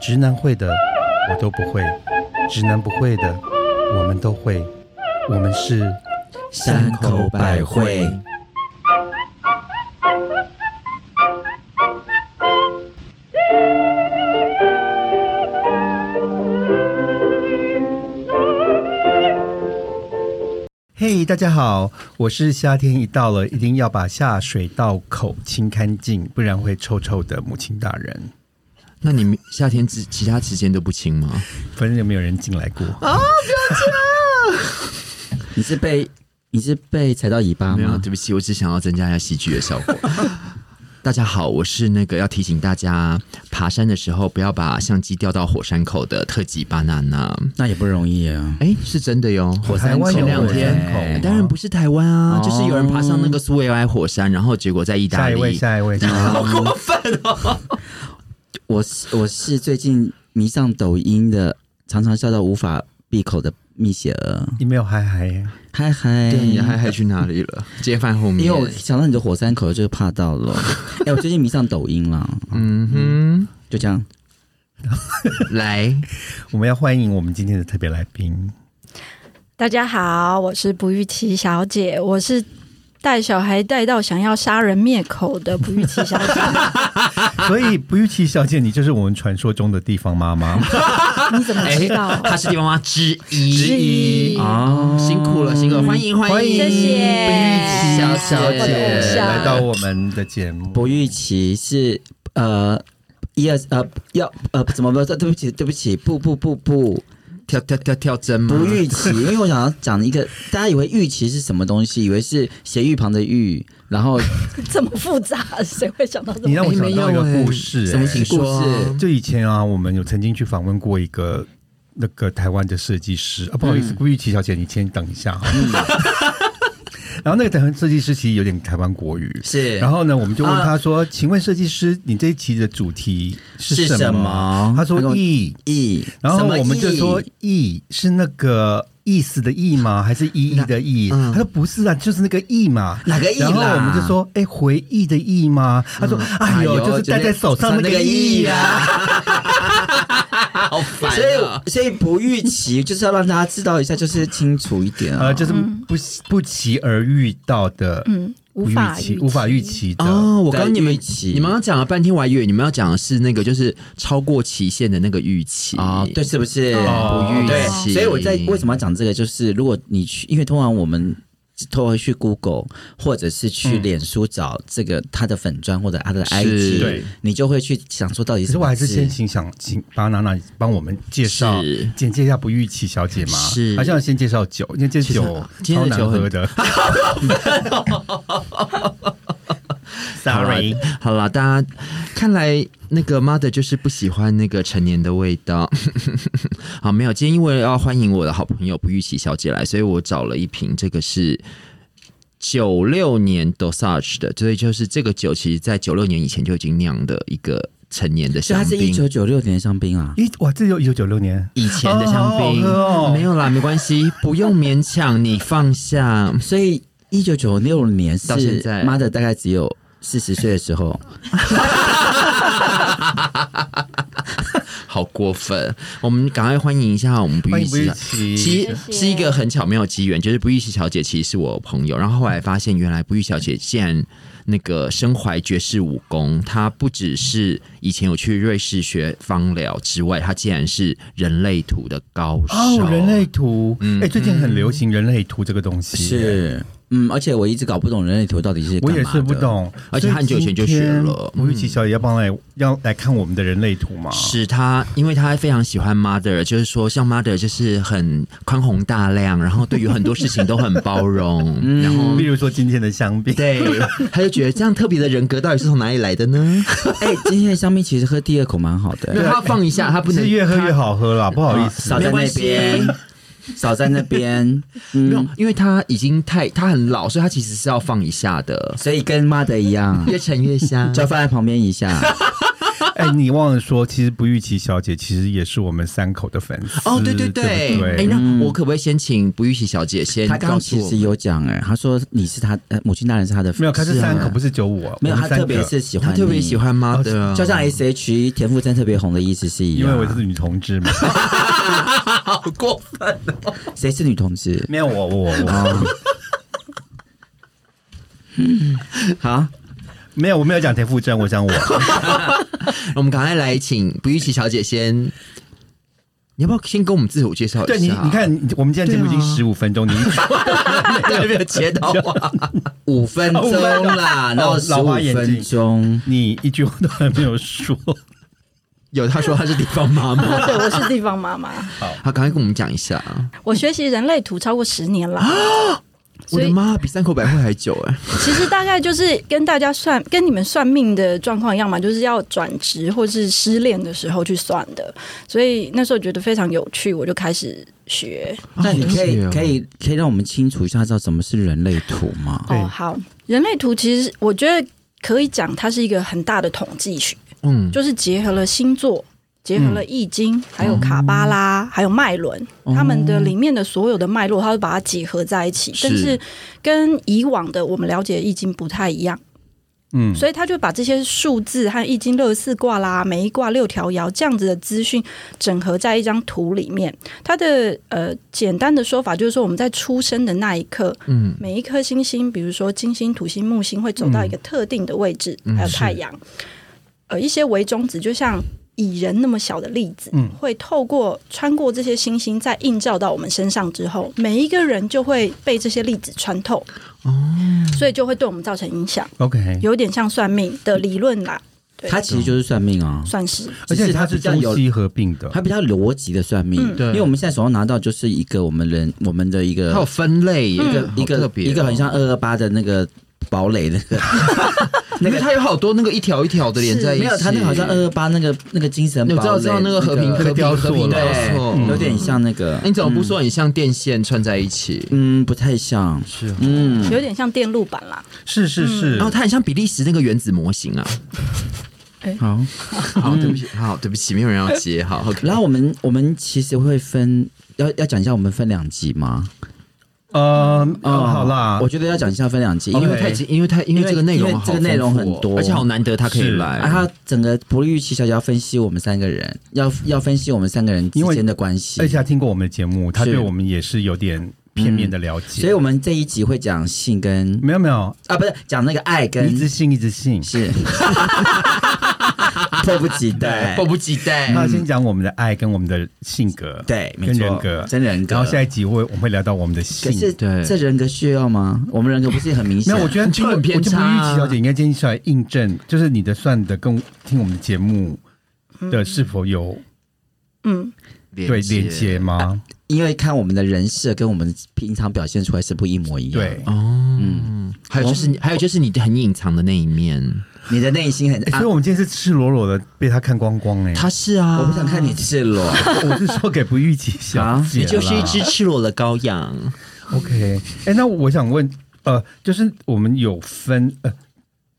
直男会的我都不会，直男不会的我们都会，我们是山口百惠。嘿大家好，我是夏天一到了一定要把下水道口清干净，不然会臭臭的母亲大人。那你们夏天之其他时间都不清吗？反正有没有人进来过？你是被你是被踩到尾巴没有，吗？对不起，我只想要增加一下戏剧的效果。 大家好，我是那个要提醒大家，爬山的时候不要把相机掉到火山口的特级巴娜娜。那也不容易啊。哎，是真的哟。火台湾有前两火山天口，当然不。是台湾啊，哦就是有人爬上那个苏维埃火山，然后结果在意大下一位，利。下一位，下一位好过分哦！我是我是最近迷上抖音的，常常笑到无法闭口的蜜雪儿，你没有嗨嗨耶？嗨嗨，对，你还还去哪里了？街饭后面。因为我想到你的火山口就怕到了。 哎、我最近迷上抖音了，嗯就这样。哼，来，我们要欢迎我们今天的特别来宾，大家好，我是不玉琪小姐，我是带小孩带到想要杀人灭口的不玉琪小 姐。所以不玉琪小姐，你就是我们传说中的地方妈妈。你怎么知道？她是地方妈之一，之一哦，辛苦了，辛苦了，欢迎欢迎，谢谢小小我的偶姐像来到我们的节目，不预期是呃一二呃要呃怎么不对不起对不起不不不不跳跳跳跳针吗？不预期，因为我想要讲一个，大家以为预期是什么东西，以为是斜玉旁的玉，然后这么复杂，谁会想到这你么？让我想到一个故事、什么哎情故说啊？就以前啊，我们有曾经去访问过一个那个台湾的设计师啊，不好意思，顾玉琪小姐，你先等一下哈。啊 然后那个台湾设计师其实有点台湾国语， 是，然后呢，我们就问他说：“请问设计师，你这一期的主题是是什什么他他跟说我：“意。意，”然后什么我们就意说：“意是那个意思的意吗？还是意义的意？”他说：“不是啊，就是那个意嘛。”哪个意啦然后我们就说：“哎，回忆的意吗？”他说：“哎呦，就是戴在手上那个意啊。啊。啊好烦所以，所以不预期 就是要让大家知道一下，就是清楚一点啊。呃，就是不不期而遇到的，嗯，无不预法期预无法预期的。哦，我的刚你们预期你们刚讲了半天，我还以为你们要讲的是那个，就是超过期限的那个预期啊、对，是不是？哦不预对期。所以我在为什么要讲这个，就是如果你去，因为通常我们。都会去 Google 或者是去嗯脸书找这个他的粉砖或者他的是 IG，对你就会去想说到底可是是什我么还是字。先请想请巴娜娜帮我们介绍是简介一下不预期小姐嘛，是啊好像先介绍酒，因为这酒今超天的难酒很喝 的。Sorry，好了，大家看来那个 mother 就是不喜欢那个陈年的味道。 好，没有，今天因为要欢迎我的好朋友不玉琪小姐来，所以我找了一瓶，这个是。九六年 dosage 的，所以就是这个酒，其实在九六年以前就已经酿的一个陈年的所以香他是一槟，九九六年的香槟啊，一哇，这有一九九六年，以前的香槟、哦好好喝哦没有啦，没关系，不用勉强，你放下。所以一九九六年到现是在妈的大概只有四十岁的时候，好过分！我们赶快欢迎一下我们不欢预迎不期预的。期。其实谢谢是一个很巧妙的机缘，就是不遇琪小姐其实是我朋友，然后后来发现原来不遇小姐竟然那个身怀绝世武功，她不只是以前有去瑞士学芳疗之外，她竟然是人类图的高手。哦，人类图，哎、嗯最近很流行人类图这个东西，，是，嗯，而且我一直搞不懂人类图到底是干我嘛也是不的。懂，而且很久以前就学了嗯吴玉琪小姐要帮来要来看我们的人类图吗？是她，因为她非常喜欢 Mother，就是说像 Mother 就是很宽宏大量，然后对于很多事情都很 包容，然后例如说今天的香槟，对，她就觉得这样特别的人格到底是从哪里来的 呢？哎、今天的香槟其实喝第二口蛮好的、啊没有，她要放一下，她不能是越喝越好喝啦，不好意思少，在那边，少在那边，没有嗯，，因为他已经太他很老，所以他其实是要放一下的， 所以跟妈的一样，越沉越香。就放在旁边一下。哎，你忘了说，其实不预期小姐其实也是我们三口的粉丝 哦，对对对不哎、对，那我可不可以先请不玉玺小姐先他刚告刚诉其我实们？有讲哎、他说你是他呃母亲大人是他的粉丝，没有，他是三口，不是啊是九五哦，没有我他们三特个别是喜欢她特别你哦喜，欢妈的啊，就像 S H E 田馥甄特别红的意思是一因样。为我是女同志 嘛，好过分。谁是女同志？没有我我我，哦好，没有我没有讲田馥甄，我讲我，我们赶快来请不玉琪小姐先，你要不要先跟我们自我介绍一下？对你你， 看，你我们今天节目已经对啊十五分 钟，你一直有没有接到啊话？五分钟啦，然后十老五花眼镜分钟。你一句话都还没有说，有，她说她是地方妈 妈， 对，我是地方妈妈，好，赶快跟我们讲一下。我学习人类图超过十年了，啊我所的以妈，比三口百惠还久欸哎、其实大概就是跟大家算，跟你们算命的状况一样嘛，就是要转职或是失恋的时候去算的。所以那时候觉得非常有趣，我就开始学。那你可好特别以哦可以可以让我们清楚一下，知道什么是人类图吗？对哦，好，人类图其实我觉得可以讲，它是一个很大的统计学，嗯，就是结合了星座。结合了易经，还有卡巴拉，还有脉轮，他们的里面的所有的脉络，它会把它结合在一起。是但是跟以往的我们了解的易经不太一样，嗯，所以他就把这些数字和易经六十四卦啦、每一卦六条爻这样子的资讯整合在一张图里面。它的呃简单的说法就是说，我们在出生的那一刻，嗯，每一颗星星，比如说金星、土星、木星，会走到一个特定的位置，嗯还有是太阳，呃，一些微中子，就像蚁人那么小的粒子，嗯会透过穿过这些星星，再映照到我们身上之后，每一个人就会被这些粒子穿透，所以就会对我们造成影响。 OK，有点像算命的理论啦，对它其实就是算命啊，算是而只且是它它比是较中有西合并的，它比较逻辑的算命。嗯对因为我们现在手上拿到就是一个我们人我们的一它有个分类耶，一个好嗯一个特别哦哎一个很像二二八的那 个堡垒那个，因为它有好多那个一条一条的连在一起，没有，它那个好像二二八那个那个精神我堡垒，呃知道知道那个和平那个和雕平塑和平嗯了雕对塑，有点像那个，你怎么不说很像电线串在一起？嗯，不太像，是哦，嗯，有点像电路板啦。是是是嗯然，后它很像比利时那个原子模型啊。嗯好。 好，对不起，好，对不起，没有人要接，好，OK。 然后我们我们其实会分，要要讲一下我们分两集吗？呃，哦好啦我，觉得要讲一下分两集，因因为为 OK 太紧，因为太因为这个内容因为好这个内容丰富哦很多而且好难得他可以是来。啊，他整个不利预期小姐要分析我们三个人，要要分析我们三个人之因为间的关系而。且他听过我们的节目，他是对我们也是有点片面的了解，所以，我们这一集会讲性跟没有没有，啊，不是讲那个爱一跟直信一直信。是， 迫不及待迫。不及待。那先讲我们的爱跟我们的性格，对，没跟错，人格真人格。然后下一集会我们会聊到我们的性可。是对这人格需要吗？我们人格不是很明没显？有，我觉得就很偏差我觉得不预啊期小姐应该今天出来印证，就是你的算的跟听我们的节目的是否有嗯，对连接吗？因为看我们的人设跟我们平常表现出来是不一模一样。对，哎哦，还有就是你，还有就是你很隐藏的那一面。你的内心很欸啊所以，我们今天是赤裸裸的被他看光光 哎、他是啊，我不想看你赤裸。 我是说给不预期小啊姐你啦，就是一 只赤裸的羔羊。 OK。哎、那我想问，呃，就是我们有分呃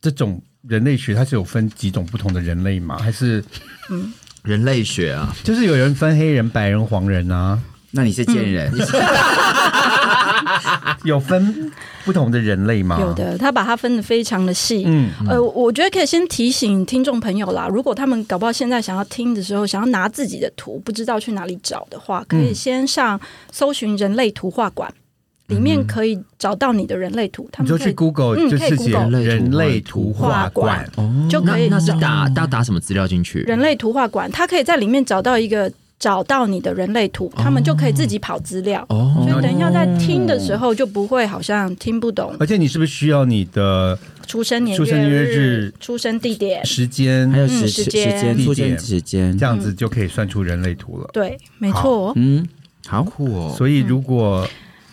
这种人类学，它是有分几种不同的人类吗？还是人类学啊，就是有人分黑人、白人、黄人啊？那你是贱人，嗯有分不同的人类吗？有，的，他把它分的非常的细。啊嗯，呃，我觉得可以先提醒听众朋友啦，如果他们搞不好现在想要听的时候，想要拿自己的图，不知道去哪里找的嗯话，可以先上搜寻人类图画馆，里面可以找到你的人类图，他你们就可去以 Google 嗯就可以是写 Google 人类图画馆哦人类图画馆，就那可以那是打要打什么资料进去？嗯人类图画馆，它可以在里面找到一个找到你的人类图，他们就可以自己跑资料。哦，所以等一下在听的时候就不会好像听不懂而且你是不是需要你的出生年出生月年月日日、出生地点。时间还？有嗯时时时间间地出生点时间这。样子就可以算出人类图了。对，没错。哦嗯，好，酷哦。所以，如果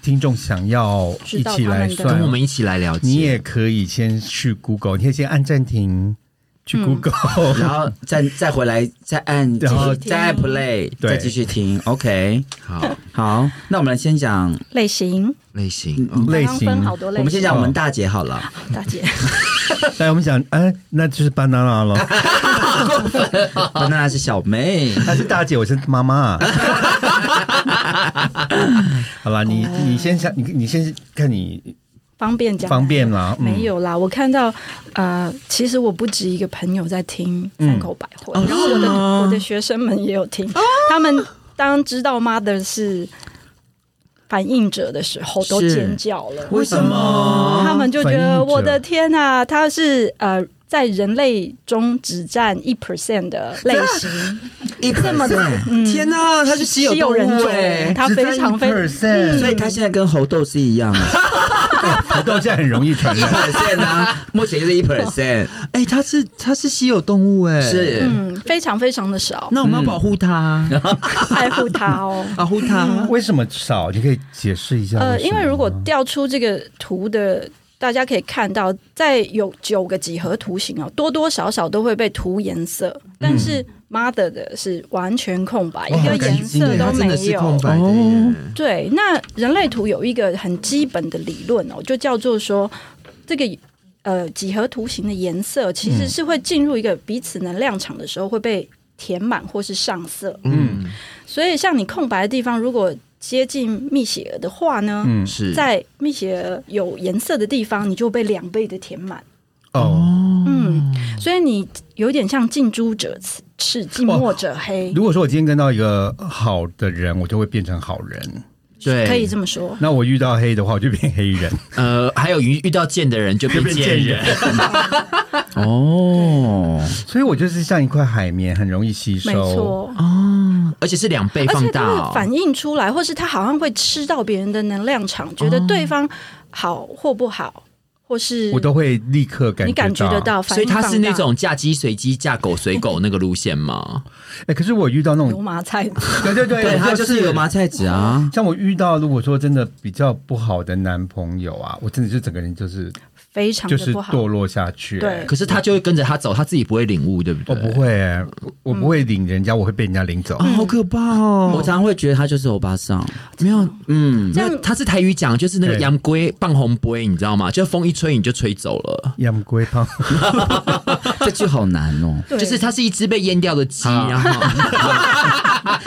听众想要一起来知道他算跟我，们一起来了解。你也可以先去 Google，你可以先按暂停嗯去 Google，、 然后再再回来，再按，然后再按 play，对再继续听。OK，好好，那我们先讲，类型，类型哦类刚刚分好型。多类型。我们先讲我们大姐好了。大姐， 来，我们讲，哎，那就是 banana 了。那娜是小妹，她是大姐，我是妈妈。 好啦，你哦你先想，你你先看你方便讲方便啦。嗯没，有啦，我看到呃，其实我不止一个朋友在听三口百货，然后我的我的学生们也有听，他们当知道 mother 是反应者的时候，都是尖叫了。为什哦么？他们就觉反应得者我的天呐，他是呃，在人类中只占一 percent 的类型， 一这么天哪，它是稀有稀有动人物种，哎，他非常非嗯常。 percent，所以他现在跟猴豆是一样 的，头豆现在很容易传一 染。 percent 啊，目前就是一 percent，哎，它是它是稀有动物哎，是嗯，非常非常的少，那我们要保护它，爱护 它哦。保护它。为什么少？你可以解释一下什么吗。呃，啊因为如果调出这个图的，大家可以看到，在有九个几何图形哦，多多少少都会被涂颜色，但嗯是 mother 的是完全空白，一哇个感颜情色对都它真没的是空有。白的耶，对，那人类图有一个很基本的理论哦，就叫做说这个。呃，几何图形的颜色其实是会进入一个彼此能量场的时候会被填满或是上色，嗯，所以像你空白的地方，如果接近密写的话呢，嗯是在密写有颜色的地方，你就被两倍的填满。哦，嗯，所以你有点像近朱者哦赤，近墨者黑，如果说我今天跟到一个好的人，我就会变成好人。对，可以这么说。那我遇到黑的话，我就变黑人。呃，还有遇遇到贱的人就变贱人，嗯哦，所以我就是像一块海绵，很容易吸收。没错，哦， 而且是两倍而放且大、它哦会，反映出来，或是它好像会吃到别人的能量场，觉得对方好或不好，或是我都会立刻感你感觉觉得。到，反所以应他是放大那种嫁鸡随鸡，嫁狗随狗那个路线 吗？哎、可是我遇到那油种，麻菜。 对对对，对，我他就是有麻菜籽啊，像我遇到，如果说真的比较不好的男朋友啊，我真的是整个人就是非常就的是不好，堕落下去、欸对可是他就会跟着他走，他自己不会领悟，哦对不我对？不会、欸，我我嗯不会领人家，我会被人家领走。啊，好可怕哦！我常常会觉得他就是欧巴桑，没有，嗯，这样。那他是台语讲，就是那个对洋龟棒红龟，你知道吗？就风一吹你就吹走了，养龟汤，这句好难哦 对就是它是一只被阉掉的鸡，然后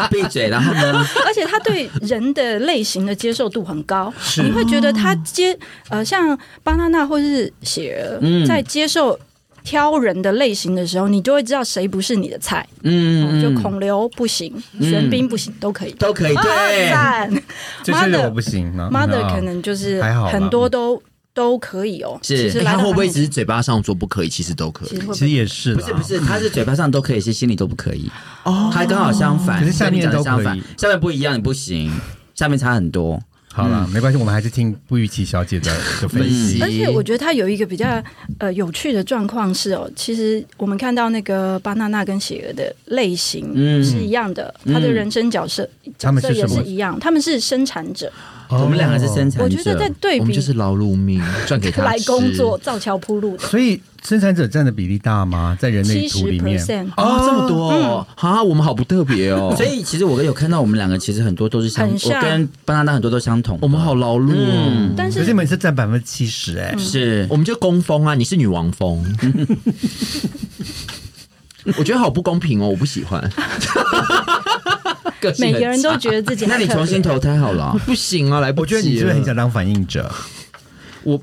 闭嘴，然后呢？而且他对人的类型的接受度很高，你会觉得他接呃像巴娜娜或是雪儿、在接受。挑人的类型的时候，你就会知道谁不是你的菜。哦嗯，就孔刘不行，玄彬不行，都可以。都可以，对， 赞就是我不行了。 ，mother 嗯可能就是还好啦哎很多都都可以哦。是其实欸来他到会不会面 只是嘴巴上说不可以，其实都可其以实？其实会也是不啦，是不是，他是嘴巴上都可以，是心里都不可以。哦，他刚好相反，可是下面跟你讲的都可以相反，下面不一样，你不行，下面差很多。好嗯了，没关系，我们还是听不预期小姐的的分析。而且我觉得他有一个比较呃有趣的状况是哦，其实我们看到那个巴娜娜跟企鹅的类型是一样的，他的人生角色、嗯他角们色是也什么是一样，他们是生产者。哦我们两个是生产者，我觉得在对我们比就是劳碌命， 赚给他来吃工作造桥铺路的所以生产者占的比例大吗？在人类七图十里面， percent，哦，这么多哦哈，我们好不特别哦，所以其实我有看到我们两个其实很多都是相，很我像跟巴拿达很多都相同的。我们好劳碌哦。但可是是你们是占百分之七十哎，嗯是我们就工风啊，你是女王 风。我觉得好不公平哦，我不喜欢。每个人都觉得啊自己那很你特别重新投胎好了。不行啊，来不我及觉了。得你是不是很想当反应者？哎我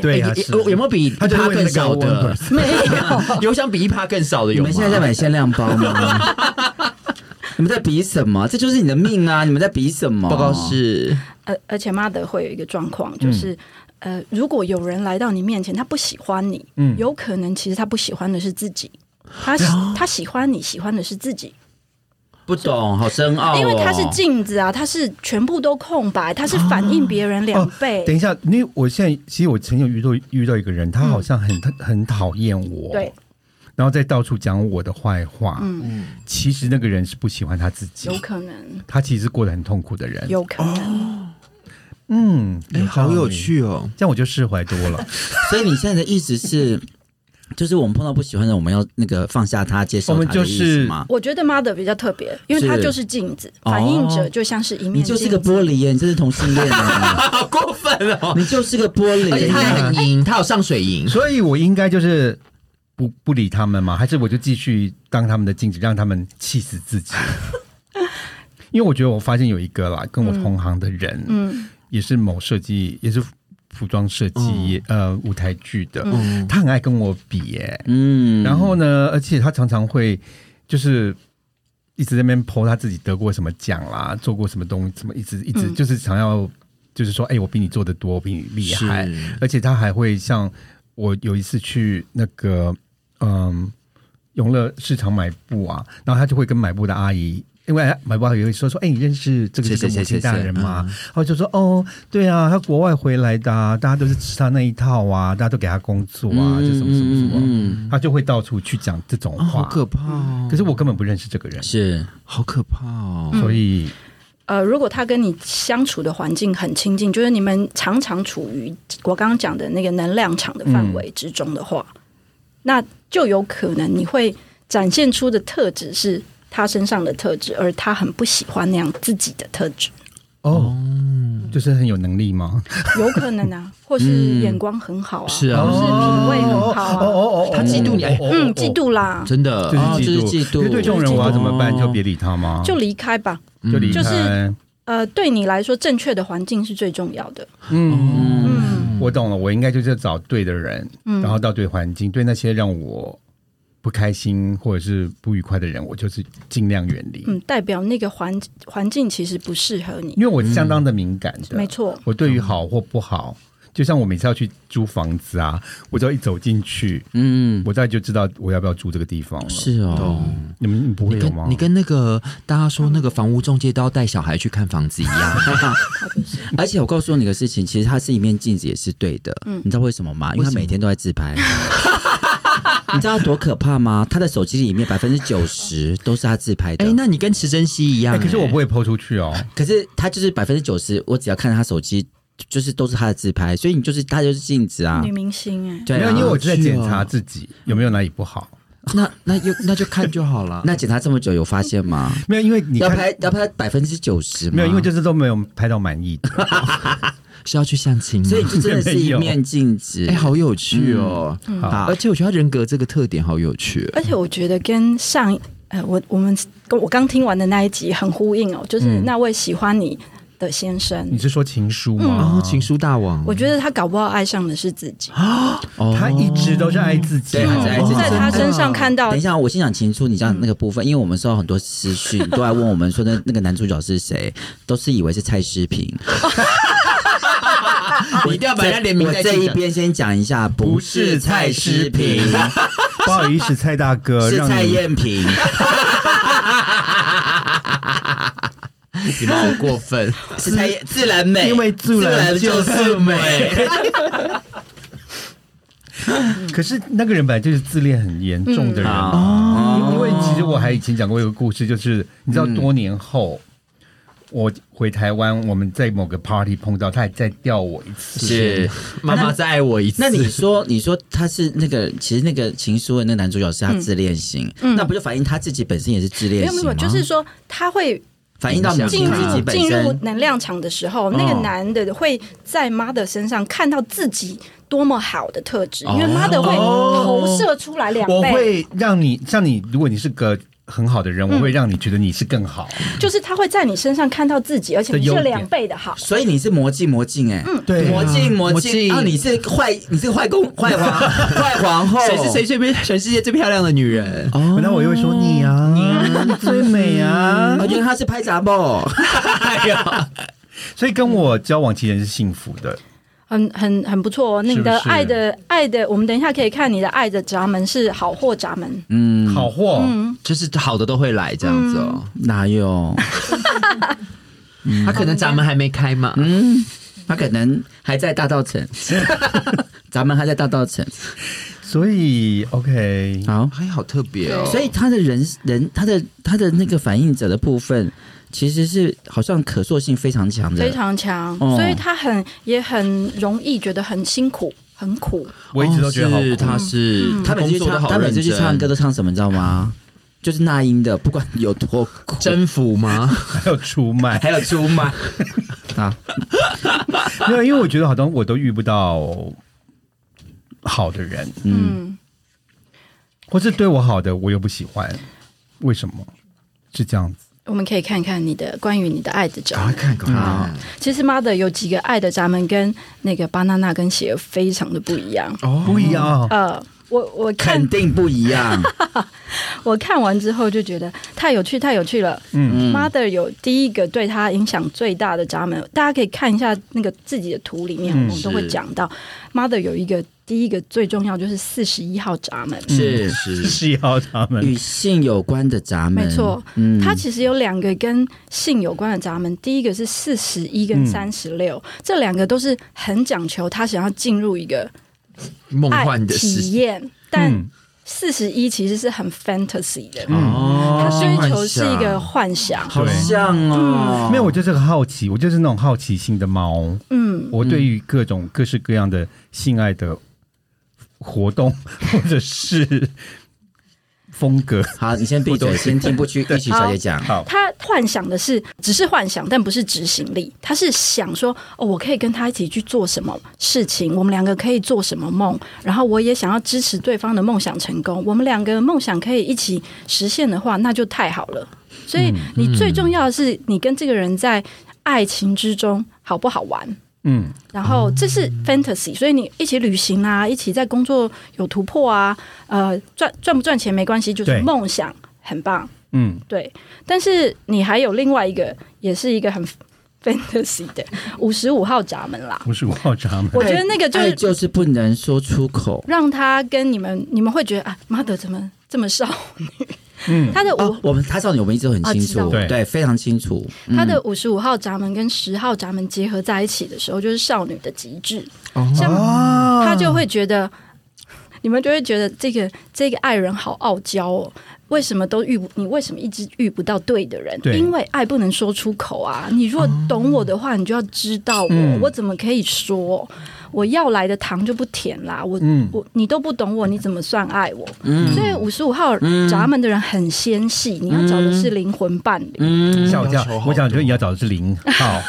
对啊，欸是有有没有比他一就是趴为了更那个少 one 的？ percent 没有。有想比一趴更少的你有吗？们现在在买限量包吗？你们在比什么？这就是你的命啊！你们在比什么？报告是而而且妈的会有一个状况，嗯就是、呃，如果有人来到你面前，他不喜欢你，嗯有可能其实他不喜欢的是自己，他喜哦他喜欢你喜欢的是自己，不懂，好深奥、哦。因为他是镜子啊，他是全部都空白，他是反映别人两哦倍。哦等一下，因为我现在其实我曾经有遇到遇到一个人，他好像很、很讨厌我，嗯对，然后再到处讲我的坏话，嗯，其实那个人是不喜欢他自己有，可能，他其实过得很痛苦的人，有可能，哦嗯，哎、道好理有，趣哦。这样我就释怀多了，所以你现在的意思是，就是我们碰到不喜欢的，我们要那个放下他，接受我们他的就意是思吗？我觉得妈的比较特别，因为他是就是镜子，哦反映者就像是一你面镜就是子。个玻璃耶，你真是同性恋耶，好过分哦！你就是个玻而且他还璃。啊很赢，他有上水赢。所以我应该就是不不理他们吗？还是我就继续当他们的镜子，让他们气死自 己？因为我觉得我发现有一个啦，跟我同行的人，嗯，也是某设计，也是服装设计，嗯呃，舞台剧的，他很爱跟我比耶、嗯然后呢，而且他常常会就是一直在那边 PO 他自己得过什么奖啦，做过什么东西，什么一直一直嗯就是想要就是说，哎、我比你做的多，我比你厉害是，而且他还会像我有一次去那个嗯永乐市场买布啊，然后他就会跟买布的阿姨。因为买布阿姨会说说，哎、你认识这个谁这个谁母谁亲大谁人吗？嗯然后就说，哦，对啊，他国外回来的、啊，大家都是吃他那一套啊，大家都给他工作啊，就什么什么什么。嗯，他就会到处去讲这种哦，话。好可怕哦！可是我根本不认识这个人，是好可怕哦！所以呃，如果他跟你相处的环境很亲近，就是你们常常处于我刚刚讲的那个能量场的范围之中的话，那就有可能你会展现出的特质是他身上的特质，而他很不喜欢那样自己的特质，哦，就是很有能力吗？有可能啊，或是眼光很好啊，是啊或是品味很好啊，嗯哦他嫉妒你哎嗯，嫉，妒啦，真的，哦就是这是嫉嫉妒妒。可是对这种人我要怎么办？就别理他吗？就离开吧。就离就开是。呃，对你来说，正确的环境是最重要的。嗯，嗯我懂了，我应该就是找对的人，嗯然后到对环境，对那些让我不开心或者是不愉快的人，我就是尽量远离。嗯，代表那个环环境其实不适合你因。为我相当的敏感的，没错，我对于好或不好，就像我每次要去租房子啊，我只要一走进去，嗯我大概就知道我要不要住这个地方了。是哦，你们你们不会你有跟吗？你跟那个大家说那个房屋中介都要带小孩去看房子一样， 而且我告诉你个事情，其实它是一面镜子，也是对的。嗯你知道为什么吗？因为他为什么每天都在自拍。 你知道多可怕吗？他的手机里面百分之九十都是他自拍的。哎，那你跟池珍熙一样哎、哎，可是我不会抛出去哦。可是他就是百分之九十，我只要看他手机，就是都是他的自拍，所以你就是他就是镜子啊女。明星哎、对没啊，有，因为我是在检查是哦自己有没有哪里不好。那那就那就看就好 了。那检查这么久有发现吗？没有，因为你要看拍要拍百分之九十吗？没有，因为就是都没有拍到满意的。是要去相亲吗，所以这真的是一面镜 子。哎，好有趣哦！好而且我觉得他人格这个特点好有趣哦，而且我觉得跟上一呃，我我们跟我刚听完的那一集很呼应哦，嗯就是那位喜欢你的先生，你是说情书然吗后？情书大王，我觉得他搞不好爱上的是自己，嗯哦他一直都是爱自己，哦对他是爱哎自己在他身上看到等一下，我先讲情书，你讲那个部分，因为我们收到很多私讯，都来问我们说那那个男主角是谁，都是以为是蔡诗平。你一定要把人家联名我带这进一讲边先讲一下，不是蔡诗平， 不好意思，蔡大哥，是让蔡你燕萍。你们好过分， 是蔡燕自然美，因为自然自就是美。嗯可是那个人本来就是自恋很严重的人。因为其实我还以前讲过一个故事，就是你知道多年后。我回台湾，我们在某个 party 碰到，他还再吊我一次。 是妈妈再爱我一次。 那你说，你说他是那个，其实那个情书的那个男主角是他自恋型，那不就反映他自己本身也是自没恋嗯有没型有，吗？就是说他会反映到母进亲自己入本进入身。哦能量场的时候，那个男的会在 mother 身上看到自己多么好的特质，哦因为 mother 会投射出来两我倍，会让你，像你，如果你是个很好的人，我会让你觉得你是更好。就是他会在你身上看到自己，而且你的优是点两倍的好。所以你是魔镜魔镜哎，嗯对魔镜魔啊魔镜，镜啊，你是坏，你是坏 公坏皇坏皇后，谁是谁最漂全世界最漂亮的女人？哦，那我又会说你啊，你最美啊。我觉得他是拍杂报，哎呀，所以跟我交往期间是幸福的，很很很不错、哦，你是的不是爱的爱的，我们等一下可以看你的爱的闸门是好货闸门，嗯，好货。 就是好的都会来这样子哦。 哪有？他可能闸门还没开嘛。嗯，他可能还在大 道城，咱们还在大道城，所以 OK，好，哎，好特别哦。所以他的人人他的他的那个反应者的部分，其实是好像可塑性非常强的，非常强，哦所以他很也很容易觉得很辛苦，很苦。我一直都觉得好哦是酷。他是他每次工去作都唱，好他每次去认真嗯唱歌都唱什么，你知道吗？就是那英的，不管有多苦，征服 吗？还有出卖，还有 出卖啊， 没有，因为我觉得好像我都遇不到好的人，嗯，或是对我好的我又不喜欢，为什么？是这样子我们可以看看你的关于你的爱的闸啊赶快看，赶门。快嗯看。其实妈的有几个爱的闸门跟那个巴娜娜跟鞋非常的不一样。哦不一样啊，呃，我我看肯定不一 样。我看完之后就觉得太有趣，太有趣了。嗯， Mother 有第一个对他影响最大的闸门，大家可以看一下那个自己的图里面，嗯我们都会讲到 Mother 有一个第一个最重要就是四十一号闸门。是 是是要他们嗯与性有关的闸门，没错，嗯哦它其实有两个跟性有关的闸门，第一个是四十一跟嗯三十六，这两个都是很讲求他想要进入一个梦爱幻的体事，验，但嗯四十一其实是很 fantasy 的，哦他追求是一个幻想。好像哦，没有，我就是个好奇，我就是那种好奇心的猫。嗯，我对于各种各式各样的性爱的活动 或者是风格，好，你先闭嘴，先听 不屈一曲小姐讲。好，他幻想的是只是幻想，但不是执行力。他是想说，哦，我可以跟他一起去做什么事情，我们两个可以做什么梦，然后我也想要支持对方的梦想成功。我们两个梦想可以一起实现的话，那就太好了。所以你最重要的是，你跟这个人在爱情之中好不好玩？嗯，然后这是 fantasy，所以你一起旅行啊，一起在工作有突破啊，呃，赚赚不赚钱没关系，就是对梦想很棒。嗯，对，但是你还有另外一个，也是一个很 fantasy 的五十五号闸门啦。不是我要他们，我觉得那个就爱是就是不能说出口。让他跟你们，你们会觉得啊，妈的，怎么这么少女？嗯，他的五、哦，我们他少女我们一直都很清啊楚，知道对对，非常清楚。他的五十五号闸门跟十号闸门结合在一起的时候，就是少女的极致。哦像啊他就会觉得，你们就会觉得这个这个爱人好傲娇哦。为什么都遇不你为什么一直遇不到对的人？对因为爱不能说出口啊！你如果懂我的话，你就要知道我，嗯我怎么可以说？我要来的糖就不甜啦！我、嗯我你都不懂我，你怎么算爱我？嗯所以五十五号闸门的人很纤细，你要找的是灵魂伴侣，嗯，吓我一跳要求好，多我想说你要找的是零号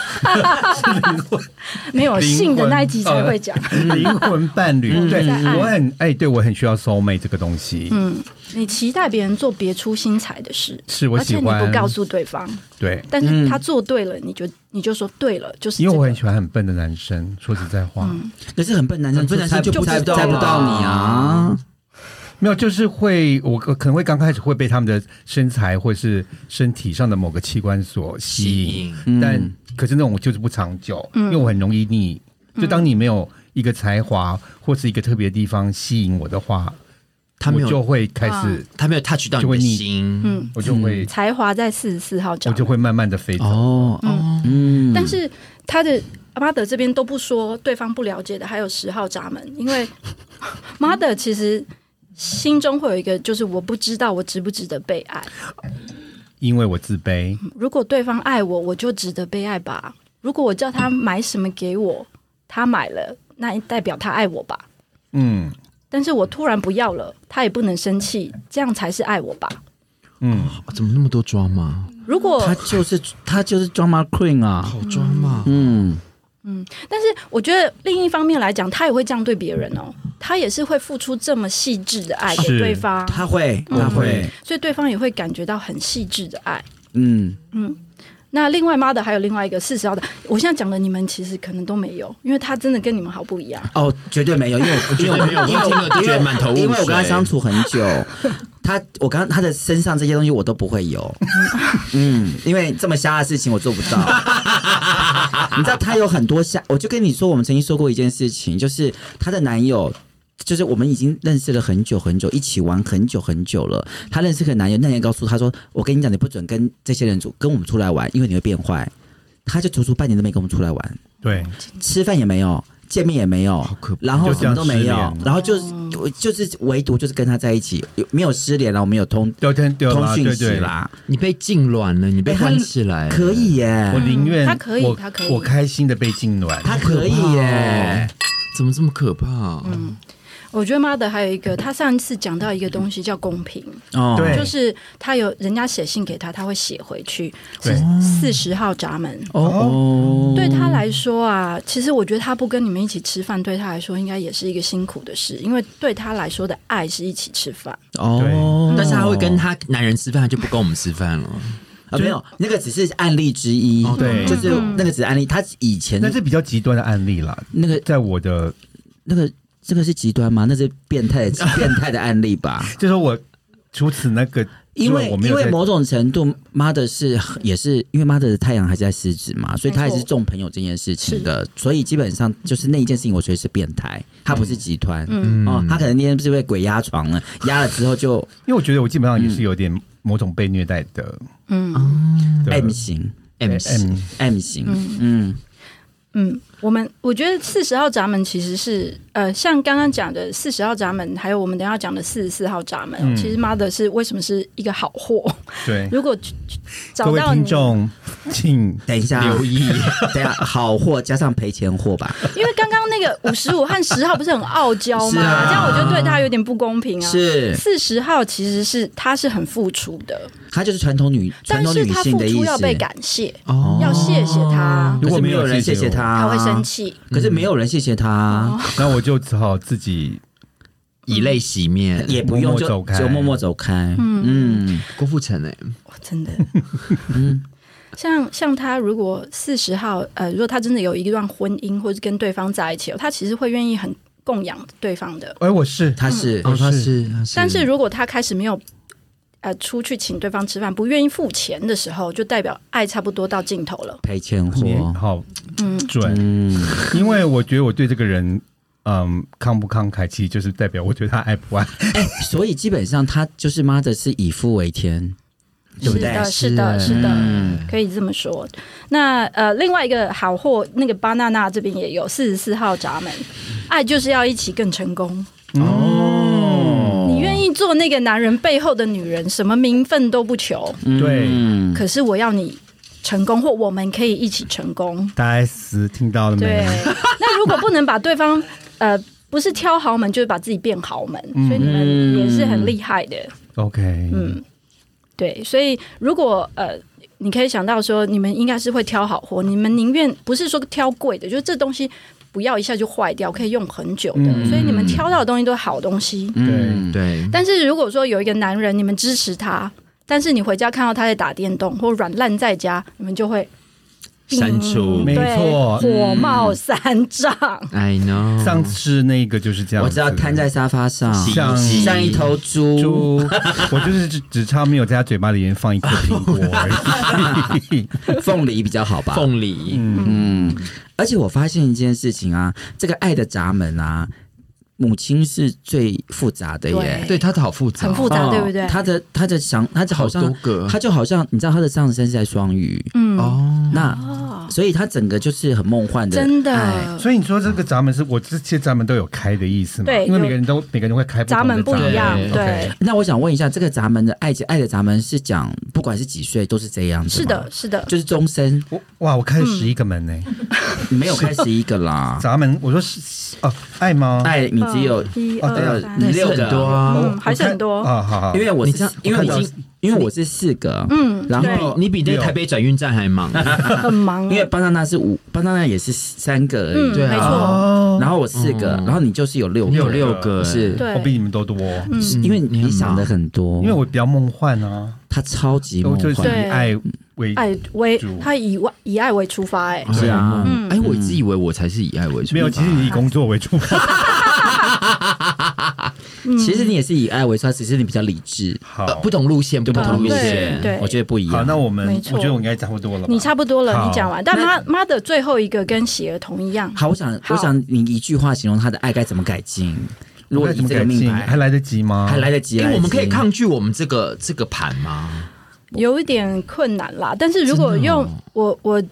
没有灵魂性的那一集才会讲。 灵魂伴侣，对在爱我很哎，对我很需要 soul mate 这个东西，嗯， 你期待别人做别出心裁的事，是我而且喜你欢不告诉对方，对，但是他做对了，你就你就说对了，就是、因这为个嗯我很喜欢很笨的男生，说实在话，可是很笨男生，很笨男生就不不猜知道猜不到你啊。没有，就是会我可可能会刚开始会被他们的身材或是身体上的某个器官所吸引，嗯但可是那种就是不长久，嗯因为我很容易腻。就当你没有一个才华或是一个特别的地方吸引我的话，他没我就有，会开始，他没有 touch 到你就会的腻心，嗯，我就会才华在四十四号我讲，就会慢慢的飞走。哦，嗯嗯，但是他的阿妈德这边都不说对方不了解的，还有十号闸门，因为 妈的其实心中会有一个，就是我不知道我值不值得被爱。因为我自卑，如果对方爱我，我就值得被爱吧。如果我叫他买什么给我，他买了，那代表他爱我吧。嗯但是我突然不要了，他也不能生气，这样才是爱我吧。嗯，哦怎么那么多抓马？如果他就是他就是 drama queen 啊。好抓马，嗯，但是我觉得另一方面来讲，他也会这样对别人哦，他也是会付出这么细致的爱给是对方，他会，嗯他会，所以对方也会感觉到很细致的爱。嗯，那另外妈的还有另外一个四十号的，我现在讲的你们其实可能都没有，因为他真的跟你们好不一样。哦，绝对没有，因为 我绝对没有因为我听了就觉得满头雾水因为我跟他相处很久，他我刚他的身上这些东西我都不会 有，嗯，因为这么瞎的事情我做不到。你知道他有很多瞎，我就跟你说，我们曾经说过一件事情，就是她的男友。就是我们已经认识了很久很久，一起玩很久很久了。她认识个男友，那人告诉她说：“我跟你讲，你不准跟这些人组跟我们出来玩，因为你会变坏。”她就足足半年都没跟我们出来玩。对，吃饭也没有，见面也没有可，怕然后就这什么样都没有失联了，然后就是我就是唯独就是跟他在一起，有没有失联了，我们有通聊天对啊通啦，讯对息对。啦，你被痉挛了，你被哎他关起啊来了，可以耶我，宁愿嗯他可以我他可以我开心的被痉挛，哦他可以耶，怎么这么可怕？嗯，我觉得 mother 还有一个，他上一次讲到一个东西叫公平，哦对就是他有人家写信给他，他会写回去，对是四十号闸门。嗯哦，对他来说啊，其实我觉得他不跟你们一起吃饭，对他来说应该也是一个辛苦的事，因为对他来说的爱是一起吃饭。哦对，但是他会跟他男人吃饭，他就不跟我们吃饭了。啊，没有，那个只是案例之一，哦对就是那个只是案例。他以前那是比较极端的案例啦。那个在我的，那个这个是极端吗？那是变 态变态的案例吧？就是我除此那个之外，因为我没因有为在某种程度，妈的是也是因为妈的太阳还是在狮子嘛，所以他也是重朋友这件事情的，所以基本上就是那一件事情，我觉得是变态，他不是极端。嗯哦，他可能那天是被鬼压床 了，压了之后就因为我觉得我基本上也是有点嗯某种被虐待的嗯的 M 型对 M 型 M M 型，嗯嗯，嗯，我们我觉得四十号闸门其实是呃，像刚刚讲的四十号闸门，还有我们等一下讲的四十四号闸门，嗯其实 mother 是为什么是一个好货？对。如果各找位到你听，众，请等一下留意， 等一下好货加上赔钱货吧，因为刚刚那个五十五和十号不是很傲娇 是吗？啊这样我觉得对他有点不公平啊。是四十号其实是他是很付出的，她就是传统女传但统是女他性付的意出思，要被感谢，哦要谢谢他，如可果是没没有有人谢谢谢谢我他，他会生气。哦可是没有人谢谢他，那我就只好自己以泪洗面，也不用默默就走开就默默走开。嗯嗯，郭富城哎，哇 真的。像像他如果四十号，呃，如果他真的有一段婚姻，或是跟对方在一起哦，他其实会愿意很供养对方的。哎，我是他是嗯哦，他是，他但是如果他开始没有呃出去请对方吃饭，不愿意付钱的时候，就代表爱差不多到尽头了。赔钱你货。好嗯准，嗯，因为我觉得我对这个人，嗯，慷不慷慨，其实就是代表我对他爱不爱。所以基本上他就是妈的是以夫为天，对是不对？的，是的，是嗯是的，可以这么说。那呃，另外一个好货，那个巴娜娜这边也有四十四号闸门，爱就是要一起更成功。哦，你愿意做那个男人背后的女人，什么名分都不求，对嗯，可是我要你成功，或我们可以一起成功。大 S 听嗯到了对 没？，那如果不能把对方呃，不是挑豪门，就是把自己变豪门，嗯所以你们也是很厉害的。 ？OK，嗯，对，所以如果呃，你可以想到说，你们应该是会挑好货，你们宁愿不是说挑贵的，就是这东西不要一下就坏掉，可以用很久的，嗯所以你们挑到的东西都是好东嗯西。嗯对对，但是如果说有一个男人，你们支持他，但是你回家看到他在打电动或软烂在家，你们就会删除没错对火冒三丈。 I know，上次那个就是这样我子，知道瘫在沙发上，像像一头猪。猪， 我就是只只差没有在他嘴巴里面放一颗苹果 而已。凤梨比较好吧？凤梨，嗯，而且我发现一件事情啊，这个爱的闸门啊，母亲是最复杂的耶对。对他的好复杂，嗯很复杂哦对不对他的他的想，他就好好像多个他就好像你知道他的上身是在双鱼，嗯，哦，那哦所以他整个就是很梦幻的，真哎的，所以你说这个闸门是我这些闸门都有开的意思嘛？对因为有每个人都每个人会开同的闸门不一样，对对 OK，那我想问一下，这个闸门的爱情，爱的闸门是讲不管是几岁都是这样子，是的，，是的，就是终身，我哇，我开了十一个门呢、嗯你没有开始一个 ，啦闸门，我说是哦，爱吗？嗯爱你只有一哦对二啊三你那六是个很多啊，嗯，还是很多。啊、好好，因为我你是这样因为我看我到已经因为我是四个，嗯然对后你比那台北转运站还忙，很忙啊，因为巴娜娜是五，巴娜娜也是三个而已，嗯对啊没错哦然后我四个，然后你就是有六个，你有六个，是，对嗯我比你们都多，是因为你想的很多，嗯因为我比较梦幻啊，他超级我梦就是幻，以爱为爱为主他以外以爱为出发，哎，是啊嗯哎，我一直以为我才是以爱为主，没有，其实你以工作为 主。嗯其实你也是以爱为出发，只是你比较理智，好，呃不同路线，不不同同路路对线，哎对我觉得不一好，样。那我们没我错觉得我应该差不多了吧，你差不多了，好你讲完。但妈妈的最后一个跟喜儿同一样，好，我想，好我想你一句话形容他的爱该怎么改进？如我果该怎以么这改个进？命还牌，来得及吗？还来得及，来哎，得及我们可以抗拒我们这个这个盘吗？有一点困难啦。但是如果真的哦用我我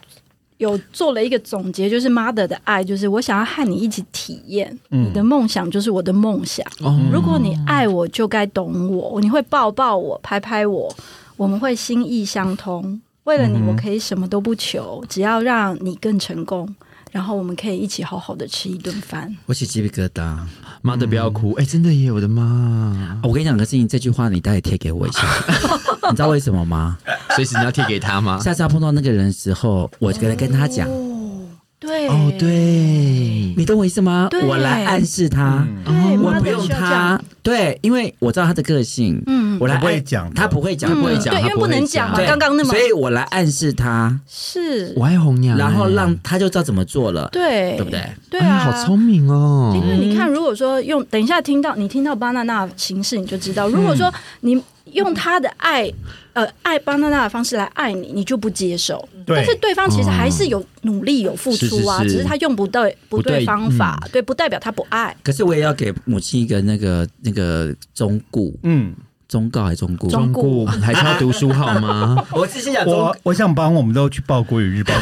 有做了一个总结，就是妈的的爱，就是我想要和你一起体验，你的梦想就是我的梦想。嗯哦，如果你爱我，就该懂我，你会抱抱我，拍拍我，我们会嗯心意相通。为了你，我可以什么都不求，只要让你更成功。然后我们可以一起好好的吃一顿饭。我起鸡皮疙瘩。啊妈的不要哭，哎、真的耶，我的妈！我跟你讲个事情，这句话你待会贴给我一下，你知道为什么吗？随时你要贴给他 吗？下次要碰到那个人的时候，我就跟跟他讲，哦，对，哦，对，你懂我意思吗对？我来暗示他，对，哦我妈不的用需要这样他，对，因为我知道他的个性，嗯我来他暗不会讲的他不会讲，嗯不会讲他对，因为不会能讲嘛，对刚刚那么所以我来暗示他，是我，爱红娘，然后哎让他就知道怎么做了，对，对不？对？对哎呀啊，好聪明哦因！为你看，如果说用等一下听到你听到巴娜娜的形式，你就知道，如果说你用他的爱，呃，爱巴娜娜的方式来爱你，你就不接受。对但是对方其实还是有努力、有付出是啊，是是只是他用不对不不对对方法，对，不代表他不爱。可是我也要给母亲一个那个那个忠固，嗯，忠告还是忠固？忠顾还是要读书好吗？我之前讲忠我，我想帮我们都去报国语 日报，